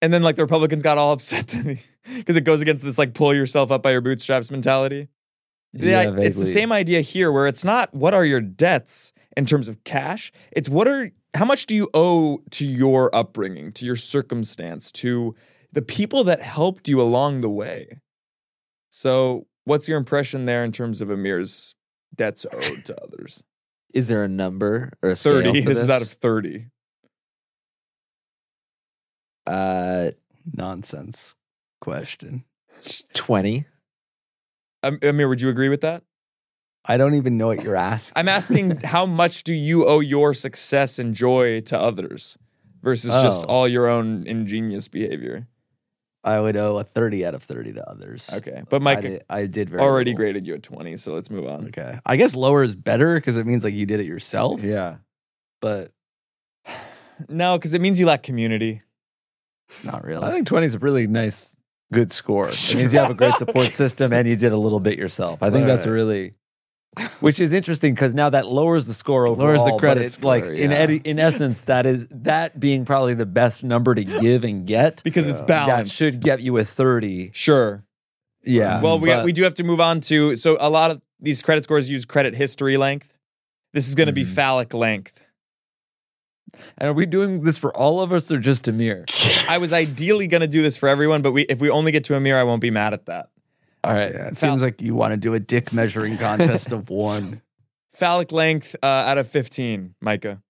Speaker 5: And then like the Republicans got all upset because it goes against this like pull yourself up by your bootstraps mentality. Yeah, it's the
Speaker 3: vaguely.
Speaker 5: same idea here where it's not what are your debts in terms of cash, it's what are how much do you owe to your upbringing, to your circumstance, to the people that helped you along the way. So, what's your impression there in terms of Amir's debts owed to others?
Speaker 8: Is there a number or a scale
Speaker 5: 30.
Speaker 8: for
Speaker 5: This is out of 30.
Speaker 8: uh,
Speaker 9: nonsense question.
Speaker 8: twenty.
Speaker 5: Am- Amir, would you agree with that?
Speaker 9: I don't even know what you're asking.
Speaker 5: I'm asking how much do you owe your success and joy to others versus just
Speaker 9: Oh.
Speaker 5: all your own ingenious behavior?
Speaker 8: I would owe a 30 out of 30 to others.
Speaker 5: Okay, but
Speaker 8: I
Speaker 5: Mike
Speaker 8: did, I did very
Speaker 5: already
Speaker 8: little.
Speaker 5: graded you at twenty, so let's move on.
Speaker 8: Okay, I guess lower is better because it means like you did it yourself.
Speaker 5: Yeah.
Speaker 8: but
Speaker 5: No, because it means you lack community.
Speaker 8: not really.
Speaker 3: I think 20 is a really nice, good score. It means you have a great support system and you did a little bit yourself. I think that's
Speaker 5: Right.
Speaker 3: really, which is interesting because now that lowers the score overall.
Speaker 8: Lowers the
Speaker 3: but
Speaker 8: credit
Speaker 3: it's Like
Speaker 8: score,
Speaker 3: in
Speaker 8: yeah.
Speaker 3: edi- in essence, that is that being probably the best number to give and get
Speaker 5: Because it's
Speaker 3: that
Speaker 5: balanced.
Speaker 3: should get you a 30.
Speaker 5: sure.
Speaker 3: Yeah.
Speaker 5: Well, we
Speaker 3: but-
Speaker 5: we do have to move on to so a lot of these credit scores use credit history length. This is going to be
Speaker 3: Mhm.
Speaker 5: phallic length.
Speaker 3: and are we doing this for all of us or just Amir?
Speaker 5: I was ideally going to do this for everyone, but we if we only get to Amir, I won't be mad at that.
Speaker 8: All right, yeah, it
Speaker 5: Fal-
Speaker 8: seems like you want to do a dick measuring contest of one.
Speaker 5: Phallic length uh, out of fifteen, Micah.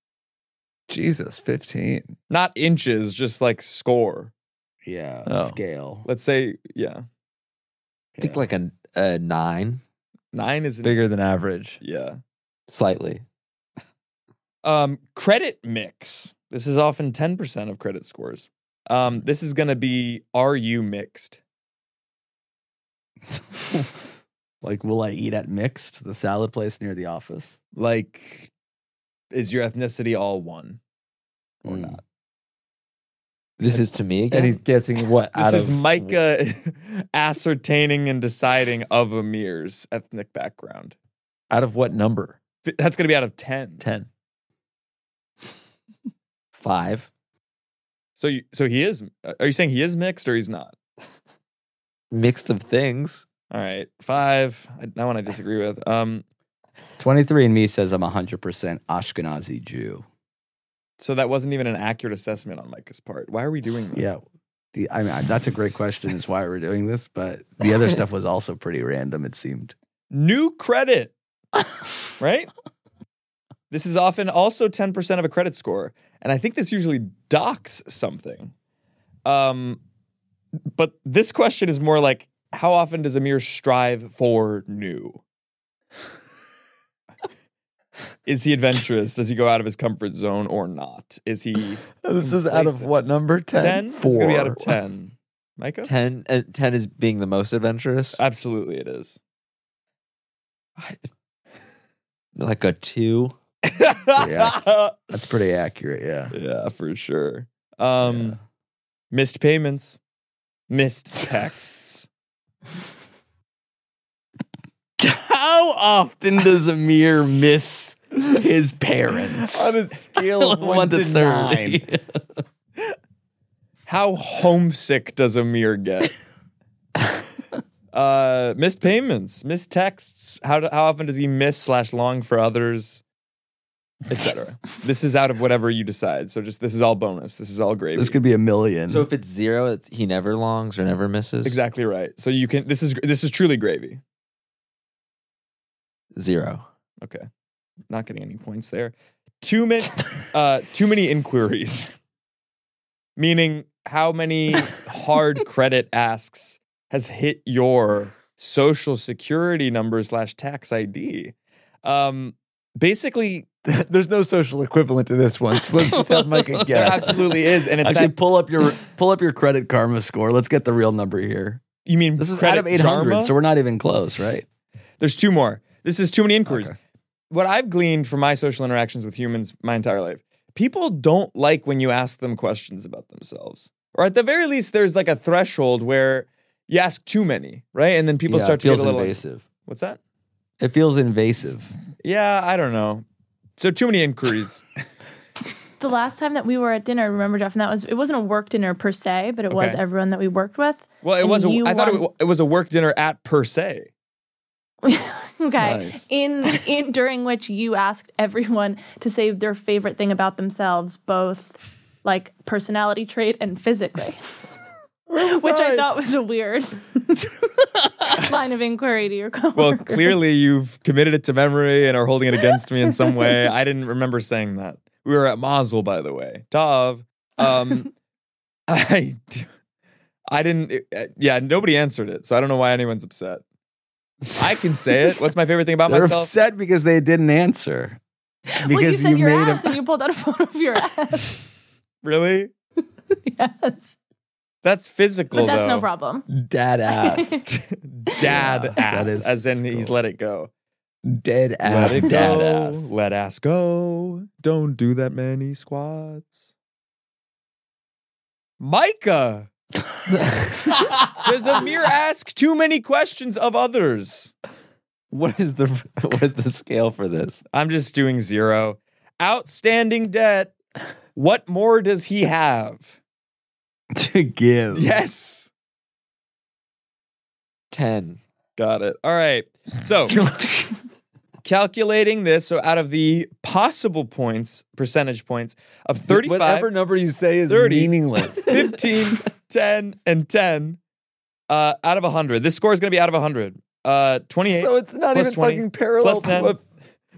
Speaker 3: Jesus, 15.
Speaker 5: Not inches, just like score.
Speaker 8: Yeah,
Speaker 3: Oh.
Speaker 8: scale.
Speaker 5: Let's say yeah,
Speaker 9: I think like a, a nine,
Speaker 5: nine is an-
Speaker 3: Bigger than average.
Speaker 5: Yeah.
Speaker 9: slightly.
Speaker 5: Um, credit mix. This is often 10% of credit scores. Um, this is going to be are you mixed?
Speaker 8: like, will I eat at Mixed, the salad place near the office,
Speaker 5: Like, is your ethnicity all one?
Speaker 8: or
Speaker 9: Mm.
Speaker 8: not?
Speaker 9: This is to me
Speaker 3: And
Speaker 9: again.
Speaker 3: he's guessing what? out
Speaker 5: This is
Speaker 3: of-
Speaker 5: Micah ascertaining and deciding of Amir's ethnic background.
Speaker 3: Out of what number?
Speaker 5: Th- That's going to be out of 10.
Speaker 3: 10.
Speaker 9: Five.
Speaker 5: So, you, so he is. uh, Are you saying he is mixed or he's not?
Speaker 9: Mixed of things.
Speaker 5: All right, five. I, that one I disagree with. Um,
Speaker 8: 23andMe says I'm 100% Ashkenazi Jew.
Speaker 5: so that wasn't even an accurate assessment on Micah's part. Why are we doing this?
Speaker 8: Yeah. The, I mean, that's a great question, is why we're doing this, but the other stuff was also pretty random, it seemed.
Speaker 5: new credit, right? This is often also 10% of a credit score. And I think this usually docks something. Um, but this question is more like how often does Amir strive for new? is he adventurous? Does he go out of his comfort zone or not? Is he
Speaker 3: This is out of
Speaker 5: Complacent.
Speaker 3: what number? 10?
Speaker 5: 10? This is going to be out of
Speaker 3: Four.
Speaker 5: 10. Micah?
Speaker 9: Ten. Uh, ten is being the most adventurous.
Speaker 5: Absolutely, it is.
Speaker 9: Like a two.
Speaker 8: Yeah. That's pretty accurate, yeah.
Speaker 5: Yeah, for sure. Um missed payments, missed texts.
Speaker 8: How often does Amir miss his parents?
Speaker 5: On a
Speaker 8: scale of one, to, nine.
Speaker 5: How homesick does Amir get? uh missed payments, missed texts. How do, how often does he miss slash long for others? Etc. this is out of whatever you decide. So just this is all bonus. This is all gravy.
Speaker 8: This could be a million.
Speaker 9: So if it's zero, it's, he never longs or never misses.
Speaker 5: exactly right. So you can this is this is truly gravy.
Speaker 9: Zero.
Speaker 5: Okay. Not getting any points there. Too many uh too many inquiries. Meaning how many hard credit asks has hit your social security number slash tax ID? Um basically
Speaker 3: There's no social equivalent to this one. So let's just have Mike a
Speaker 5: there
Speaker 3: guess.
Speaker 5: absolutely is. And it's
Speaker 8: Actually,
Speaker 5: that
Speaker 8: pull up your pull up your credit karma score. Let's get the real number here.
Speaker 5: you mean
Speaker 8: This is
Speaker 5: credit
Speaker 8: out of 800,
Speaker 5: Dharma?
Speaker 8: so we're not even close, right?
Speaker 5: There's two more. This is too many inquiries.
Speaker 8: Okay.
Speaker 5: What I've gleaned from my social interactions with humans my entire life, people don't like when you ask them questions about themselves. Or at the very least, there's like a threshold where you ask too many, right? And then people
Speaker 8: Yeah,
Speaker 5: start
Speaker 8: it
Speaker 5: to get
Speaker 8: feels
Speaker 5: a little.
Speaker 8: invasive.
Speaker 5: What's that?
Speaker 8: It feels invasive.
Speaker 5: Yeah, I don't know. So too many inquiries.
Speaker 10: The last time that we were at dinner, remember, Jeff, and that was it wasn't a work dinner per se, but it was
Speaker 5: Okay.
Speaker 10: everyone that we worked with.
Speaker 5: well, it
Speaker 10: And
Speaker 5: was. A,
Speaker 10: you
Speaker 5: I thought it,
Speaker 10: want-
Speaker 5: wa- it was a work dinner at per se.
Speaker 10: okay
Speaker 8: Nice.
Speaker 10: in in during which you asked everyone to say their favorite thing about themselves both like personality trait and physically which i thought was a weird line of inquiry to your coworker.
Speaker 5: Well, clearly you've committed it to memory and are holding it against me in some way. I didn't remember saying that. We were at Mosul, by the way. Tav. Um, I, I didn't. uh, yeah, nobody answered it, so I don't know why anyone's upset. I can say it. What's my favorite thing about
Speaker 8: They're
Speaker 5: myself?
Speaker 8: upset because they didn't answer. Because
Speaker 10: well, you said your
Speaker 8: made
Speaker 10: ass and you pulled out a photo of your ass
Speaker 5: Really?
Speaker 10: yes
Speaker 5: That's physical.
Speaker 10: But that's
Speaker 5: though.
Speaker 10: no problem.
Speaker 3: Dad ass.
Speaker 5: Dad
Speaker 3: Yeah,
Speaker 5: ass.
Speaker 3: that is
Speaker 5: as in he's let it go.
Speaker 3: Dead ass.
Speaker 5: let it
Speaker 3: dad
Speaker 5: go.
Speaker 3: ass.
Speaker 5: Let ass go. Don't do that many squats. Micah. Does Amir ask too many questions of others?
Speaker 9: What is the what is the scale for this?
Speaker 5: I'm just doing zero. Outstanding debt. What more does he have?
Speaker 8: to give.
Speaker 5: Yes.
Speaker 9: Ten.
Speaker 5: Got it. All right. So calculating this, so out of the possible points, percentage points of 35,
Speaker 3: Whatever number you say is
Speaker 5: 30.
Speaker 3: meaningless.
Speaker 5: 15, 10, and 10 uh, out of 100. This score is going to be out of 100. Uh, 28.
Speaker 3: so it's not
Speaker 5: plus
Speaker 3: even
Speaker 5: 20,
Speaker 3: fucking parallel
Speaker 5: plus 10,
Speaker 3: to a, to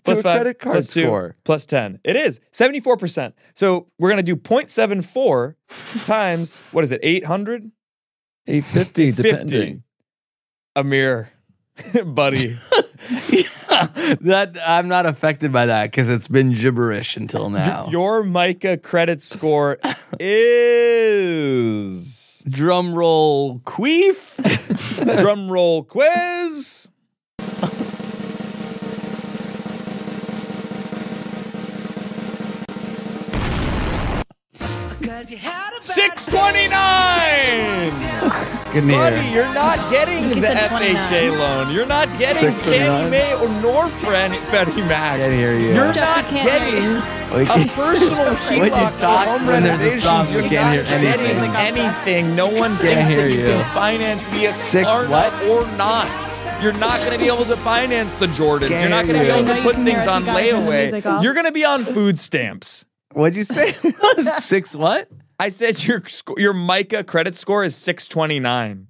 Speaker 5: plus
Speaker 3: a
Speaker 5: five,
Speaker 3: credit card
Speaker 5: plus two,
Speaker 3: score.
Speaker 5: plus 10. It is 74%. So we're going to do 0.74 times, what is it, 800?
Speaker 3: 850,
Speaker 5: 50.
Speaker 3: depending.
Speaker 5: Amir, buddy.
Speaker 8: that I'm not affected by that because it's been gibberish until now.
Speaker 5: Your Micah credit score is
Speaker 8: Drum roll, queef.
Speaker 5: drum roll quiz. Six twenty nine.
Speaker 8: Good
Speaker 5: Buddy, you're not getting the
Speaker 10: said
Speaker 5: FHA
Speaker 10: 29.
Speaker 5: loan. You're not getting
Speaker 3: 629?
Speaker 5: Fannie Mae or nor Fran- Freddie Mac.
Speaker 3: Get here, you.
Speaker 5: You're
Speaker 10: Jeff, we
Speaker 5: not
Speaker 10: can't hear
Speaker 5: getting
Speaker 10: you.
Speaker 5: a personal
Speaker 8: When you
Speaker 5: HELOC for
Speaker 8: talk,
Speaker 5: home
Speaker 8: when there's a
Speaker 5: renovations.
Speaker 8: song, we
Speaker 5: You're
Speaker 8: can't
Speaker 5: not
Speaker 8: hear
Speaker 5: getting
Speaker 10: anything.
Speaker 5: anything. No one thinks
Speaker 3: hear
Speaker 5: that you,
Speaker 3: you.
Speaker 5: can finance via
Speaker 8: Six
Speaker 5: Klarna
Speaker 8: what?
Speaker 5: or not. You're not going to be able to finance the Jordans. You're not going to be
Speaker 8: hear
Speaker 5: able
Speaker 8: you.
Speaker 5: to
Speaker 10: I know you
Speaker 5: put
Speaker 10: can hear
Speaker 5: things
Speaker 10: it. You
Speaker 5: on
Speaker 10: gotta turn the music
Speaker 5: layaway.
Speaker 10: off.
Speaker 5: You're going to be on food stamps.
Speaker 8: What'd you say? Six what?
Speaker 5: I said your sc- your Mica credit score is 629.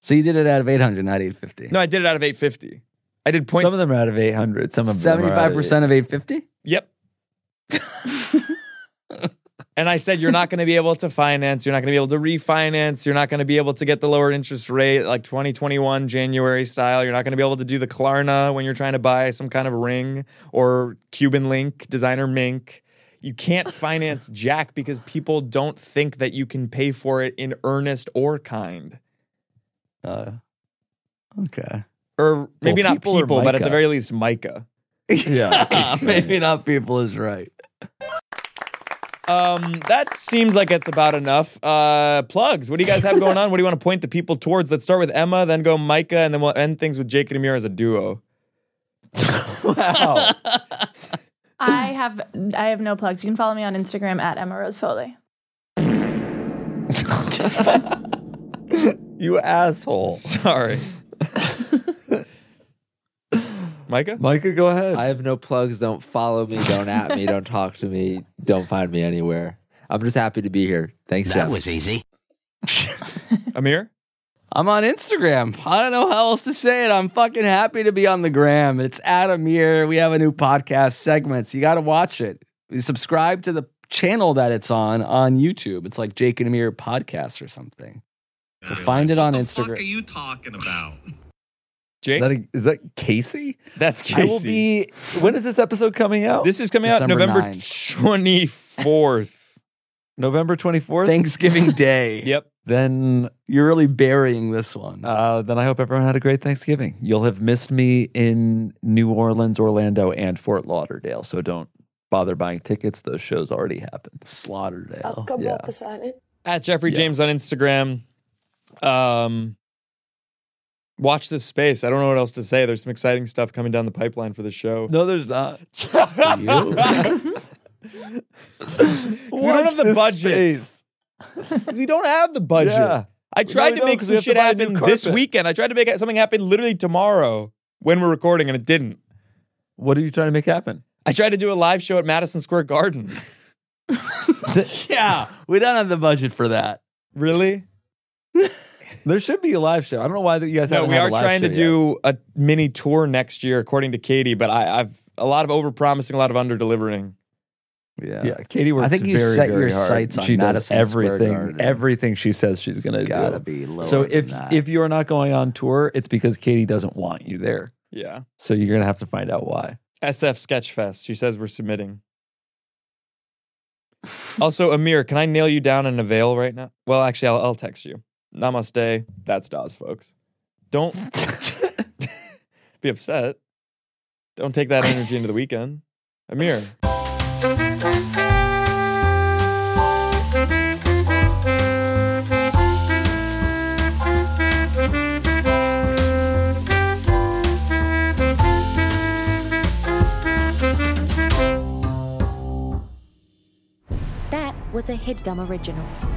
Speaker 8: So you did it out of 800, not 850.
Speaker 5: No, I did it out of 850. I did points.
Speaker 3: Some of them are out of 800. Some of them are out of
Speaker 8: 75% of 850?
Speaker 5: Yep. and I said, you're not going to be able to finance. You're not going to be able to refinance. You're not going to be able to get the lower interest rate, like 2021 January style. You're not going to be able to do the Klarna when you're trying to buy some kind of ring or Cuban Link, designer mink. You can't finance Jack because people don't think that you can pay for it in earnest or kind.
Speaker 8: Uh, okay.
Speaker 5: Or maybe not
Speaker 3: people or
Speaker 5: people, but at the
Speaker 3: Micah.
Speaker 5: very least, Micah.
Speaker 3: Yeah.
Speaker 8: Maybe not people is right.
Speaker 5: Um, that seems like it's about enough. Uh, plugs. What do you guys have going on? What do you want to point the people towards? Let's start with Emma, then go Micah, and then we'll end things with Jake and Amir as a duo.
Speaker 3: wow.
Speaker 10: I have I have no plugs. You can follow me on Instagram at Emma Rose Foley.
Speaker 3: you asshole.
Speaker 5: Sorry, Micah.
Speaker 3: Micah, go ahead.
Speaker 9: I have no plugs. Don't follow me. Don't at me. Don't talk to me. Don't find me anywhere. I'm just happy to be here. Thanks, Jeff.
Speaker 11: easy.
Speaker 5: Amir.
Speaker 8: I'm on Instagram. I don't know how else to say it. I'm fucking happy to be on the gram. It's Adam here. We have a new podcast segments. You got to watch it. Subscribe to the channel that it's on on YouTube. It's like Jake and Amir podcast or something. So find it on Instagram.
Speaker 11: you talking about?
Speaker 5: Jake.
Speaker 3: Is that, a, is that Casey?
Speaker 5: That's Casey.
Speaker 3: I will be. When is this episode coming out?
Speaker 5: This is coming
Speaker 8: December
Speaker 5: out November
Speaker 8: 9th.
Speaker 5: twenty fourth.
Speaker 3: November 24th.
Speaker 8: Thanksgiving Day.
Speaker 5: yep.
Speaker 3: Then,
Speaker 8: You're really burying this one.
Speaker 3: uh, then I hope everyone had a great Thanksgiving. You'll have missed me in New Orleans, Orlando, and Fort Lauderdale. So don't bother buying tickets. Those shows already happened.
Speaker 8: Slaughterdale.
Speaker 3: yeah.
Speaker 5: At Jeffrey
Speaker 3: Yeah.
Speaker 5: James on Instagram. Um. Watch this space. I don't know what else to say. There's some exciting stuff coming down the pipeline for the show.
Speaker 3: No, there's not.
Speaker 5: 'Cause we don't have the budget. Because we don't have the budget.
Speaker 3: Yeah.
Speaker 5: I
Speaker 3: No,
Speaker 5: tried
Speaker 3: we
Speaker 5: to
Speaker 3: don't,
Speaker 5: make
Speaker 3: 'cause
Speaker 5: some
Speaker 3: we have to
Speaker 5: shit
Speaker 3: buy a new
Speaker 5: happen this
Speaker 3: carpet.
Speaker 5: weekend. I tried to make something happen literally tomorrow when we're recording, and it didn't.
Speaker 3: What are you trying to make happen?
Speaker 5: I tried to do a live show at Madison Square Garden.
Speaker 8: yeah. We don't have the budget for that.
Speaker 5: Really?
Speaker 3: There should be a live show. I don't know why that you guys
Speaker 5: No,
Speaker 3: haven't
Speaker 5: we
Speaker 3: had
Speaker 5: are
Speaker 3: a live
Speaker 5: trying to
Speaker 3: show yet.
Speaker 5: do a mini tour next year, according to Katie. But I, I've a lot of overpromising, a lot of underdelivering.
Speaker 8: Yeah.
Speaker 3: Yeah, Katie works.
Speaker 8: I think you
Speaker 3: very,
Speaker 8: set
Speaker 3: very
Speaker 8: your
Speaker 3: hard.
Speaker 8: sights on
Speaker 3: she does
Speaker 8: Madison Square
Speaker 3: everything.
Speaker 8: Garden.
Speaker 3: Everything she says she's going to
Speaker 8: Gotta
Speaker 3: do.
Speaker 8: be lower.
Speaker 3: so
Speaker 8: than
Speaker 3: if
Speaker 8: that.
Speaker 3: if you are not going on tour, it's because Katie doesn't want you there.
Speaker 5: Yeah.
Speaker 3: So you're going to have to find out why.
Speaker 5: SF Sketchfest. She says we're submitting. also, Amir, can I nail you down in a veil right now? Well, actually, I'll, I'll text you. Namaste. That's Daz, folks. Don't be upset. Don't take that energy into the weekend. Amir.
Speaker 1: That was a headgum original.